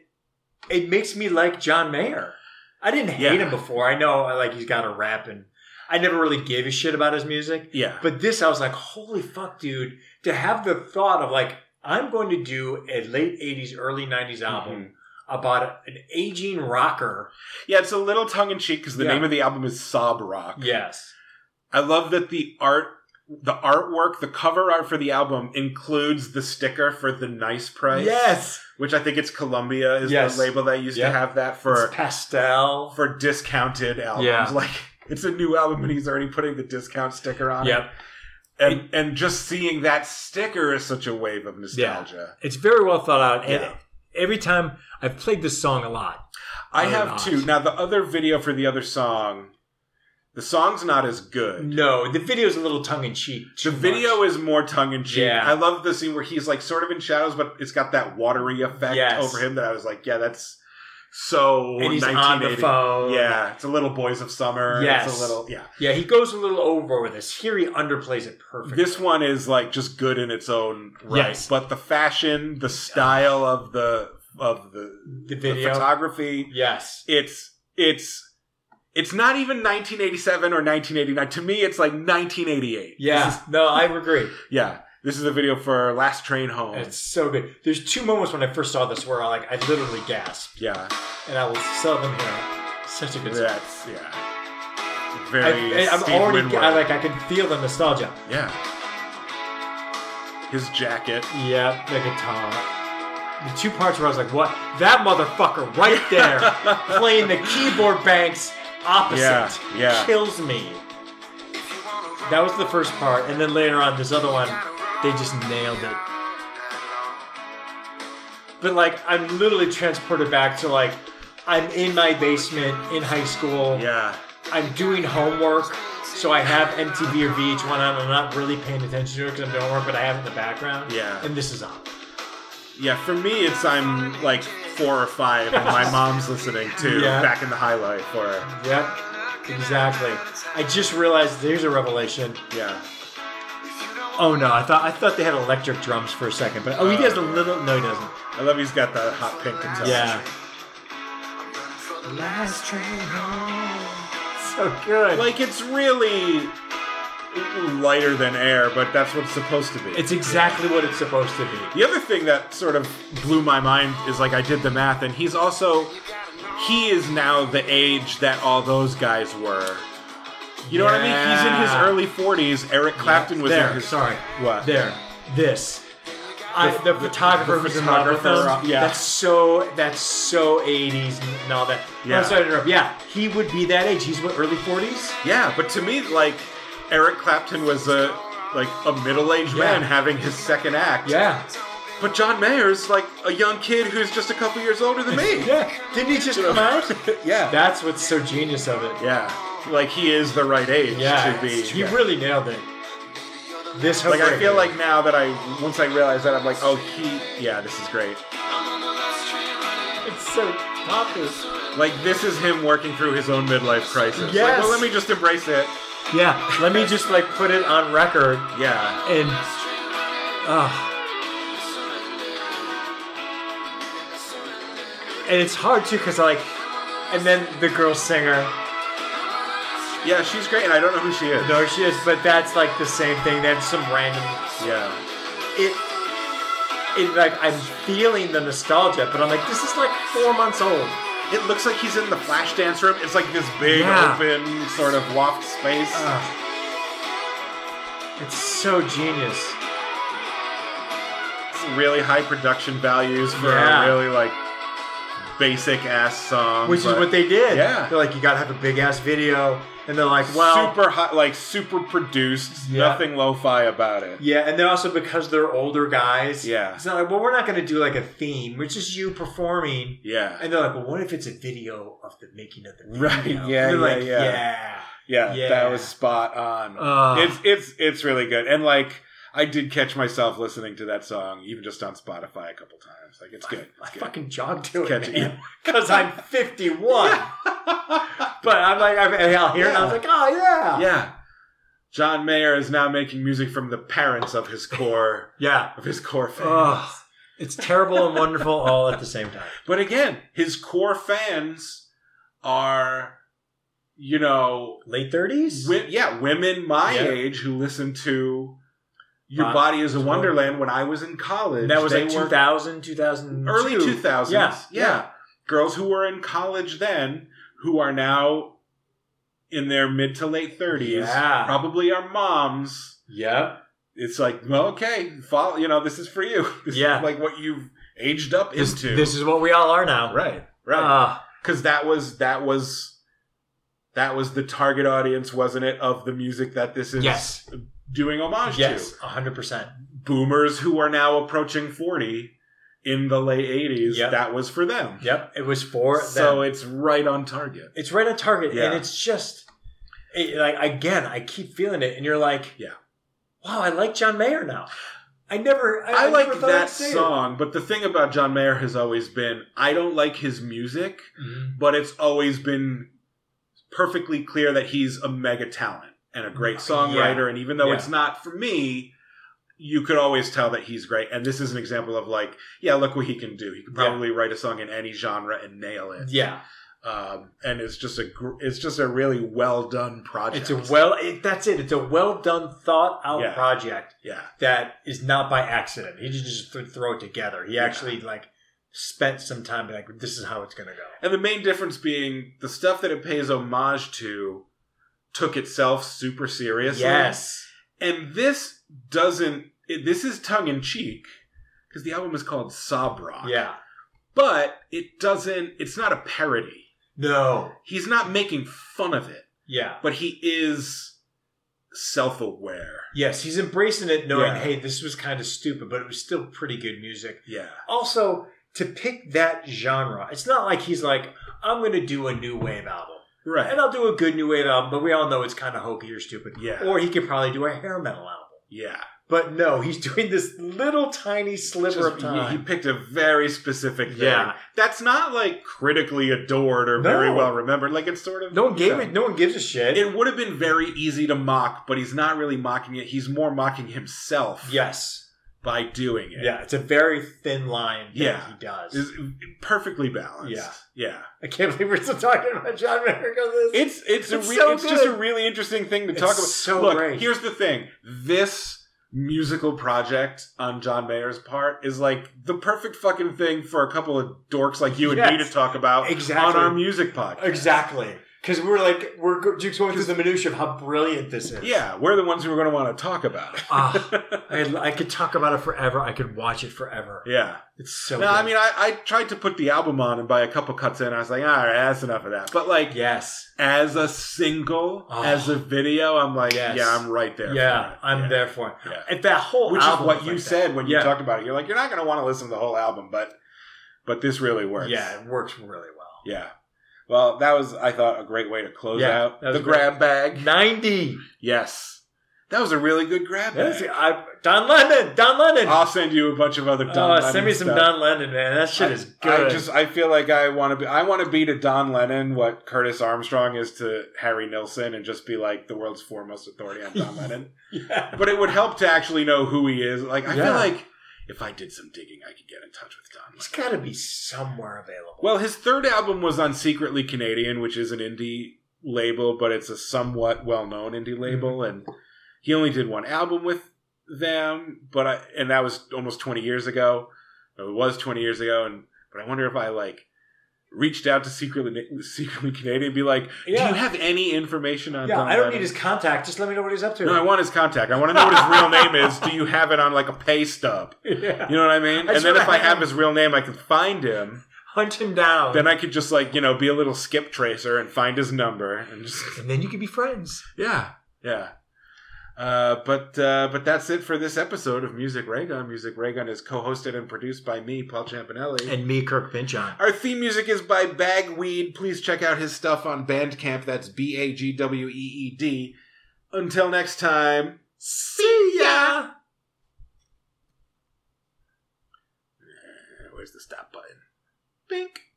Speaker 2: it makes me like John Mayer. I didn't hate
Speaker 1: Yeah.
Speaker 2: him before. I know like he's got a rap and I never really gave a shit about his music.
Speaker 1: Yeah.
Speaker 2: But this I was like, holy fuck, dude, to have the thought of like, I'm going to do a late 80s, early 90s album about an aging rocker.
Speaker 1: Yeah, it's a little tongue in cheek because the
Speaker 2: Yeah.
Speaker 1: name of the album is Sob Rock.
Speaker 2: Yes.
Speaker 1: I love that the art, the artwork, the cover art for the album includes the sticker for the Nice Price.
Speaker 2: Yes.
Speaker 1: which I think it's Columbia is
Speaker 2: Yes.
Speaker 1: the label that used
Speaker 2: Yeah.
Speaker 1: to have that
Speaker 2: For
Speaker 1: for
Speaker 2: pastel.
Speaker 1: for discounted albums.
Speaker 5: Yeah.
Speaker 1: Like it's a new album and he's already putting the discount sticker on it.
Speaker 2: Yep.
Speaker 1: And and just seeing that sticker is such a wave of nostalgia.
Speaker 5: It's very well thought out. And
Speaker 1: Yeah.
Speaker 5: every time I've played this song a lot.
Speaker 1: I
Speaker 5: Oh,
Speaker 1: have
Speaker 5: gosh.
Speaker 1: two. Now the other video for the other song, the song's not as good.
Speaker 2: No, the video's a little tongue in cheek.
Speaker 1: The video is more tongue in cheek.
Speaker 2: Yeah.
Speaker 1: I love the scene where he's like sort of in shadows, but it's got that watery effect
Speaker 2: Yes.
Speaker 1: over him that I was like, yeah, that's so
Speaker 2: and he's on the
Speaker 1: 1980.
Speaker 2: phone.
Speaker 1: Yeah, it's a little Boys of Summer.
Speaker 2: Yes.
Speaker 1: It's a little, yeah.
Speaker 2: yeah. He goes a little over with this. Here he underplays it perfectly.
Speaker 1: This one is like just good in its own right,
Speaker 5: Yes.
Speaker 1: but the fashion, the style of the of the,
Speaker 2: the
Speaker 1: the
Speaker 2: video.
Speaker 1: photography,
Speaker 2: yes.
Speaker 1: it's it's it's not even 1987 or 1989. To me, it's like 1988.
Speaker 2: Yeah.
Speaker 1: This is-
Speaker 2: no, I agree.
Speaker 1: yeah. This is a video for Last Train Home.
Speaker 2: It's so good. There's two moments when I first saw this where I like I literally gasped.
Speaker 1: yeah.
Speaker 2: and I will sell them here. Such a good song.
Speaker 1: That's yeah. It's
Speaker 2: I,
Speaker 1: Very.
Speaker 2: I, am
Speaker 1: Steve
Speaker 2: already
Speaker 1: Winwood.
Speaker 2: I, like I can feel the nostalgia.
Speaker 1: Yeah. His jacket.
Speaker 2: Yeah, the guitar. The two parts where I was like, "What? That motherfucker right there playing the keyboard banks opposite
Speaker 1: Yeah, yeah.
Speaker 2: kills me." That was the first part, and then later on, this other one, they just nailed it. But like, I'm literally transported back to like, I'm in my basement in high school.
Speaker 1: Yeah.
Speaker 2: I'm doing homework, so I have MTV or VH1 on. I'm not really paying attention to it because I'm doing homework, but I have it in the background.
Speaker 1: Yeah.
Speaker 2: And this is on.
Speaker 1: Yeah. For me, it's I'm like four or five, and my mom's listening to
Speaker 2: Yeah.
Speaker 1: back in the high life or
Speaker 2: Yep. Exactly. I just realized there's a revelation.
Speaker 1: yeah.
Speaker 2: Oh no, I thought I thought they had electric drums for a second, but oh, he
Speaker 1: Uh.
Speaker 2: does a little. No, he doesn't.
Speaker 1: I love he's got the hot pink guitar.
Speaker 2: Yeah. Last train home. So good.
Speaker 1: Like it's really lighter than air, but that's what's supposed to be.
Speaker 2: it's exactly what it's supposed to be.
Speaker 1: The other thing that sort of blew my mind is like I did the math, and he's also he is now the age that all those guys were. You know what
Speaker 2: Yeah.
Speaker 1: I mean? He's in his early forties. Eric Clapton was
Speaker 2: there.
Speaker 1: in his
Speaker 2: sorry.
Speaker 1: What?
Speaker 2: There. This. I, the, photographer
Speaker 1: the
Speaker 2: was in love with
Speaker 1: photographer,
Speaker 2: him.
Speaker 1: yeah.
Speaker 2: That's so. That's so 80s and all that.
Speaker 1: Yeah.
Speaker 2: I'm sorry to interrupt. Yeah, he would be that age. He's what early 40s.
Speaker 1: Yeah, but to me, like Eric Clapton was a like a middle-aged
Speaker 2: Yeah.
Speaker 1: man having his second act.
Speaker 2: Yeah.
Speaker 1: But John Mayer's like a young kid who's just a couple years older than me.
Speaker 2: Yeah. Didn't he just come out?
Speaker 1: yeah.
Speaker 2: That's what's so genius of it.
Speaker 1: yeah. Like he is the right age
Speaker 2: Yeah,
Speaker 1: to be.
Speaker 2: he really nailed it. This whole
Speaker 1: Like I
Speaker 2: record.
Speaker 1: feel like now that I once I realize that I'm like, oh he yeah, this is great.
Speaker 2: it's so popular.
Speaker 1: Like this is him working through his own midlife crisis. Like,
Speaker 2: Yes.
Speaker 1: well, let me just embrace it.
Speaker 5: Yeah, let me just like put it on record
Speaker 1: Yeah.
Speaker 5: and. ah.
Speaker 2: and it's hard too because like, and then the girl singer.
Speaker 1: Yeah, she's great, and I don't know who she is.
Speaker 2: No, she is, but that's like the same thing. That's some random.
Speaker 1: Yeah.
Speaker 2: It, it like I'm feeling the nostalgia, but I'm like, this is like four months old.
Speaker 1: It looks like he's in the Flashdance room. It's like this big,
Speaker 2: Yeah.
Speaker 1: open, sort of loft space.
Speaker 2: Ugh. it's so genius.
Speaker 1: It's really high production values for
Speaker 2: Yeah.
Speaker 1: a really, like, basic ass song.
Speaker 2: Which is
Speaker 1: Um, but
Speaker 2: what they did.
Speaker 1: Yeah.
Speaker 2: They're like, you gotta have a big ass video. And they're like, well.
Speaker 1: super hot, like, super produced,
Speaker 2: Yeah.
Speaker 1: nothing lo fi about it.
Speaker 2: Yeah, and then also because they're older guys.
Speaker 1: Yeah.
Speaker 2: It's not like, well, we're not gonna do like a theme, which is you performing.
Speaker 1: Yeah.
Speaker 2: And they're like, well, what if it's a video of the making of the
Speaker 1: Right,
Speaker 2: video? And
Speaker 1: yeah,
Speaker 2: they're
Speaker 1: yeah,
Speaker 2: like,
Speaker 1: yeah. Yeah,
Speaker 2: Yeah.
Speaker 1: that was spot on.
Speaker 2: Ugh.
Speaker 1: it's it's it's really good, and like I did catch myself listening to that song even just on Spotify a couple times. Like it's good,
Speaker 2: I
Speaker 1: it's good.
Speaker 2: fucking jog to
Speaker 1: Catch
Speaker 2: it,
Speaker 1: it,
Speaker 2: man. Because I'm 51. But I'm like, I'm, I'll hear it and I was like, oh, yeah.
Speaker 1: yeah. John Mayer is now making music from the parents of his core
Speaker 2: Yeah.
Speaker 1: of his core fans.
Speaker 2: Ugh. It's terrible and wonderful all at the same time.
Speaker 1: But again, his core fans are, you know,
Speaker 2: Late 30s?
Speaker 1: wi- yeah, women my
Speaker 2: Yeah.
Speaker 1: age who listen to "Your
Speaker 2: Wow.
Speaker 1: Body Is a Wonderland" when I was in college.
Speaker 2: that was
Speaker 1: They
Speaker 2: like
Speaker 1: were-
Speaker 2: 2000, 2002.
Speaker 1: early 2000s.
Speaker 2: Yeah,
Speaker 1: yeah. Girls who were in college then who are now in their mid to late 30s
Speaker 2: Yeah.
Speaker 1: probably are moms.
Speaker 2: Yep.
Speaker 1: It's like, well, okay, follow, you know, this is for you. This is
Speaker 2: Yeah.
Speaker 1: like what you've aged up
Speaker 2: This,
Speaker 1: into.
Speaker 2: this is what we all are now.
Speaker 1: right. Right.
Speaker 2: Ah,
Speaker 1: Cuz that was that was that was the target audience, wasn't it, of the music that this is
Speaker 2: yes.
Speaker 1: doing homage
Speaker 2: Yes.
Speaker 1: to.
Speaker 2: 100%.
Speaker 1: Boomers who are now approaching 40 in the late 80s,
Speaker 2: Yep.
Speaker 1: that was for them.
Speaker 2: Yep. It was for
Speaker 1: so
Speaker 2: them.
Speaker 1: it's right on target.
Speaker 2: It's right on target.
Speaker 1: Yeah.
Speaker 2: And it's just, it, like, again, I keep feeling it. And you're like,
Speaker 1: Yeah.
Speaker 2: wow, I like John Mayer now. I never, I,
Speaker 1: I,
Speaker 2: I never
Speaker 1: like
Speaker 2: thought I'd
Speaker 1: that
Speaker 2: say it.
Speaker 1: song, but the thing about John Mayer has always been I don't like his music,
Speaker 2: Mhm.
Speaker 1: but it's always been perfectly clear that he's a mega talent and a great songwriter. And even though
Speaker 2: Yeah.
Speaker 1: it's not for me, you could always tell that he's great. And this is an example of like, yeah, look what he can do. He could
Speaker 2: Yeah.
Speaker 1: probably write a song in any genre and nail it.
Speaker 2: Yeah.
Speaker 1: Um, and it's just a gr- it's just a really well done project.
Speaker 2: It's a well, it, that's it. It's a well done, thought out
Speaker 1: Yeah.
Speaker 2: project.
Speaker 1: yeah
Speaker 2: that is not by accident. He didn't just th- throw it together. He
Speaker 1: Yeah.
Speaker 2: actually like spent some time being like, this is how it's gonna go.
Speaker 1: And the main difference being the stuff that it pays homage to took itself super seriously.
Speaker 2: Yes.
Speaker 1: And this doesn't, it, this is tongue in cheek because the album is called Sob Rock.
Speaker 2: Yeah.
Speaker 1: But it doesn't, it's not a parody.
Speaker 2: No.
Speaker 1: He's not making fun of it,
Speaker 2: Yeah.
Speaker 1: but he is self aware.
Speaker 2: Yes, he's embracing it, knowing,
Speaker 1: Yeah.
Speaker 2: hey, this was kind of stupid, but it was still pretty good music.
Speaker 1: Yeah.
Speaker 2: Also, to pick that genre, it's not like he's like, I'm gonna do a new wave album. And
Speaker 1: Right.
Speaker 2: I'll do a good new wave album, but we all know it's kind of hokey or stupid.
Speaker 1: Yeah.
Speaker 2: Or he could probably do a hair metal album.
Speaker 1: Yeah.
Speaker 2: But no, he's doing this little tiny sliver
Speaker 1: Just-
Speaker 2: of
Speaker 1: he, he
Speaker 2: time.
Speaker 1: picked a very specific thing.
Speaker 2: Yeah.
Speaker 1: That's not like critically adored or
Speaker 2: No.
Speaker 1: very well remembered. Like it's sort of.
Speaker 2: no one gave
Speaker 1: Yeah.
Speaker 2: it. No one gives a shit.
Speaker 1: It would have been very easy to mock, but he's not really mocking it. He's more mocking himself
Speaker 2: Yes.
Speaker 1: by doing it.
Speaker 2: Yeah, it's a very thin line that
Speaker 1: Yeah.
Speaker 2: he does.
Speaker 1: It's perfectly balanced.
Speaker 2: Yeah.
Speaker 1: Yeah.
Speaker 2: I can't believe we're still talking about John Miracle. This
Speaker 1: It's it's,
Speaker 2: It's
Speaker 1: a re-
Speaker 2: so
Speaker 1: it's just a
Speaker 2: good.
Speaker 1: really interesting thing to
Speaker 2: It's
Speaker 1: talk about.
Speaker 2: so
Speaker 1: Look,
Speaker 2: great.
Speaker 1: here's the thing. This musical project on John Mayer's part is like the perfect fucking thing for a couple of dorks like you and me
Speaker 2: Yes.
Speaker 1: to talk about
Speaker 2: Exactly.
Speaker 1: on our music podcast.
Speaker 2: exactly because we're like we're go- just going through the minutia of how brilliant this is.
Speaker 1: Yeah, we're the ones who are going to want to talk about it.
Speaker 2: Ah, I, I could talk about it forever. I could watch it forever.
Speaker 1: yeah.
Speaker 2: It's so.
Speaker 1: No,
Speaker 2: good.
Speaker 1: I mean, I, I tried to put the album on, and by a couple cuts in, I was like, all right, that's enough of that. But like,
Speaker 2: yes,
Speaker 1: as a single,
Speaker 2: Oh.
Speaker 1: as a video, I'm like,
Speaker 2: Yes.
Speaker 1: yeah, I'm right there.
Speaker 2: yeah, I'm
Speaker 1: Yeah.
Speaker 2: there for it.
Speaker 1: Yeah.
Speaker 2: If that whole
Speaker 1: Which is
Speaker 2: album
Speaker 1: what
Speaker 2: was
Speaker 1: you
Speaker 2: like that.
Speaker 1: said when you
Speaker 2: Yeah.
Speaker 1: talked about it. You're like, you're not going to want to listen to the whole album, but but this really works.
Speaker 2: Yeah, it works really well.
Speaker 1: yeah. Well, that was, I thought, a great way to close
Speaker 2: Yeah,
Speaker 1: out
Speaker 2: that
Speaker 1: the
Speaker 2: was great.
Speaker 1: grab bag.
Speaker 2: Ninety.
Speaker 1: Yes, that was a really good grab
Speaker 2: That's-
Speaker 1: bag.
Speaker 2: I, Don Lennon. Don Lennon.
Speaker 1: I'll send you a bunch of other. Don
Speaker 2: oh,
Speaker 1: Lemon
Speaker 2: send me some
Speaker 1: stuff.
Speaker 2: Don Lennon, man. That shit
Speaker 1: I-
Speaker 2: is good.
Speaker 1: I just I feel like I want to be I want to be to Don Lennon what Curtis Armstrong is to Harry Nilsson and just be like the world's foremost authority on Don Lennon.
Speaker 2: yeah.
Speaker 1: But it would help to actually know who he is. Like I
Speaker 2: Yeah.
Speaker 1: feel like if I did some digging, I could get in touch with Don.
Speaker 2: He's got to be somewhere available.
Speaker 1: Well, his third album was on Secretly Canadian, which is an indie label, but it's a somewhat well-known indie label, and
Speaker 2: Mm-hmm.
Speaker 1: he only did one album with them. But I and that was almost twenty years ago. It was twenty years ago, and but I wonder if I like reached out to Secretly Secretly Canadian and be like, "Do
Speaker 2: Yeah.
Speaker 1: you have any information on?"
Speaker 2: yeah,
Speaker 1: Don
Speaker 2: I don't
Speaker 1: Lennon?"
Speaker 2: need his contact. Just let me know what he's up to.
Speaker 1: No, I want his contact. I want to know what his real name is. Do you have it on like a pay stub?
Speaker 2: yeah.
Speaker 1: You know what I mean?
Speaker 5: I
Speaker 1: and then
Speaker 5: swear
Speaker 1: if I
Speaker 5: I
Speaker 1: have
Speaker 5: have-
Speaker 1: his real name, I can find him.
Speaker 5: Hunt him down.
Speaker 1: Then I could just like you know be a little skip tracer and find his number and just
Speaker 5: and then you can be friends.
Speaker 1: yeah yeah. Uh, but uh, but that's it for this episode of Music Raygun. Music Raygun is co-hosted and produced by me, Paul Champanelli.
Speaker 5: And me, Kirk Pinchon.
Speaker 1: Our theme music is by Bagweed. Please check out his stuff on Bandcamp. That's B A G W E E D. Until next time.
Speaker 5: See ya!
Speaker 1: Eh, Where's the stop button? Bink.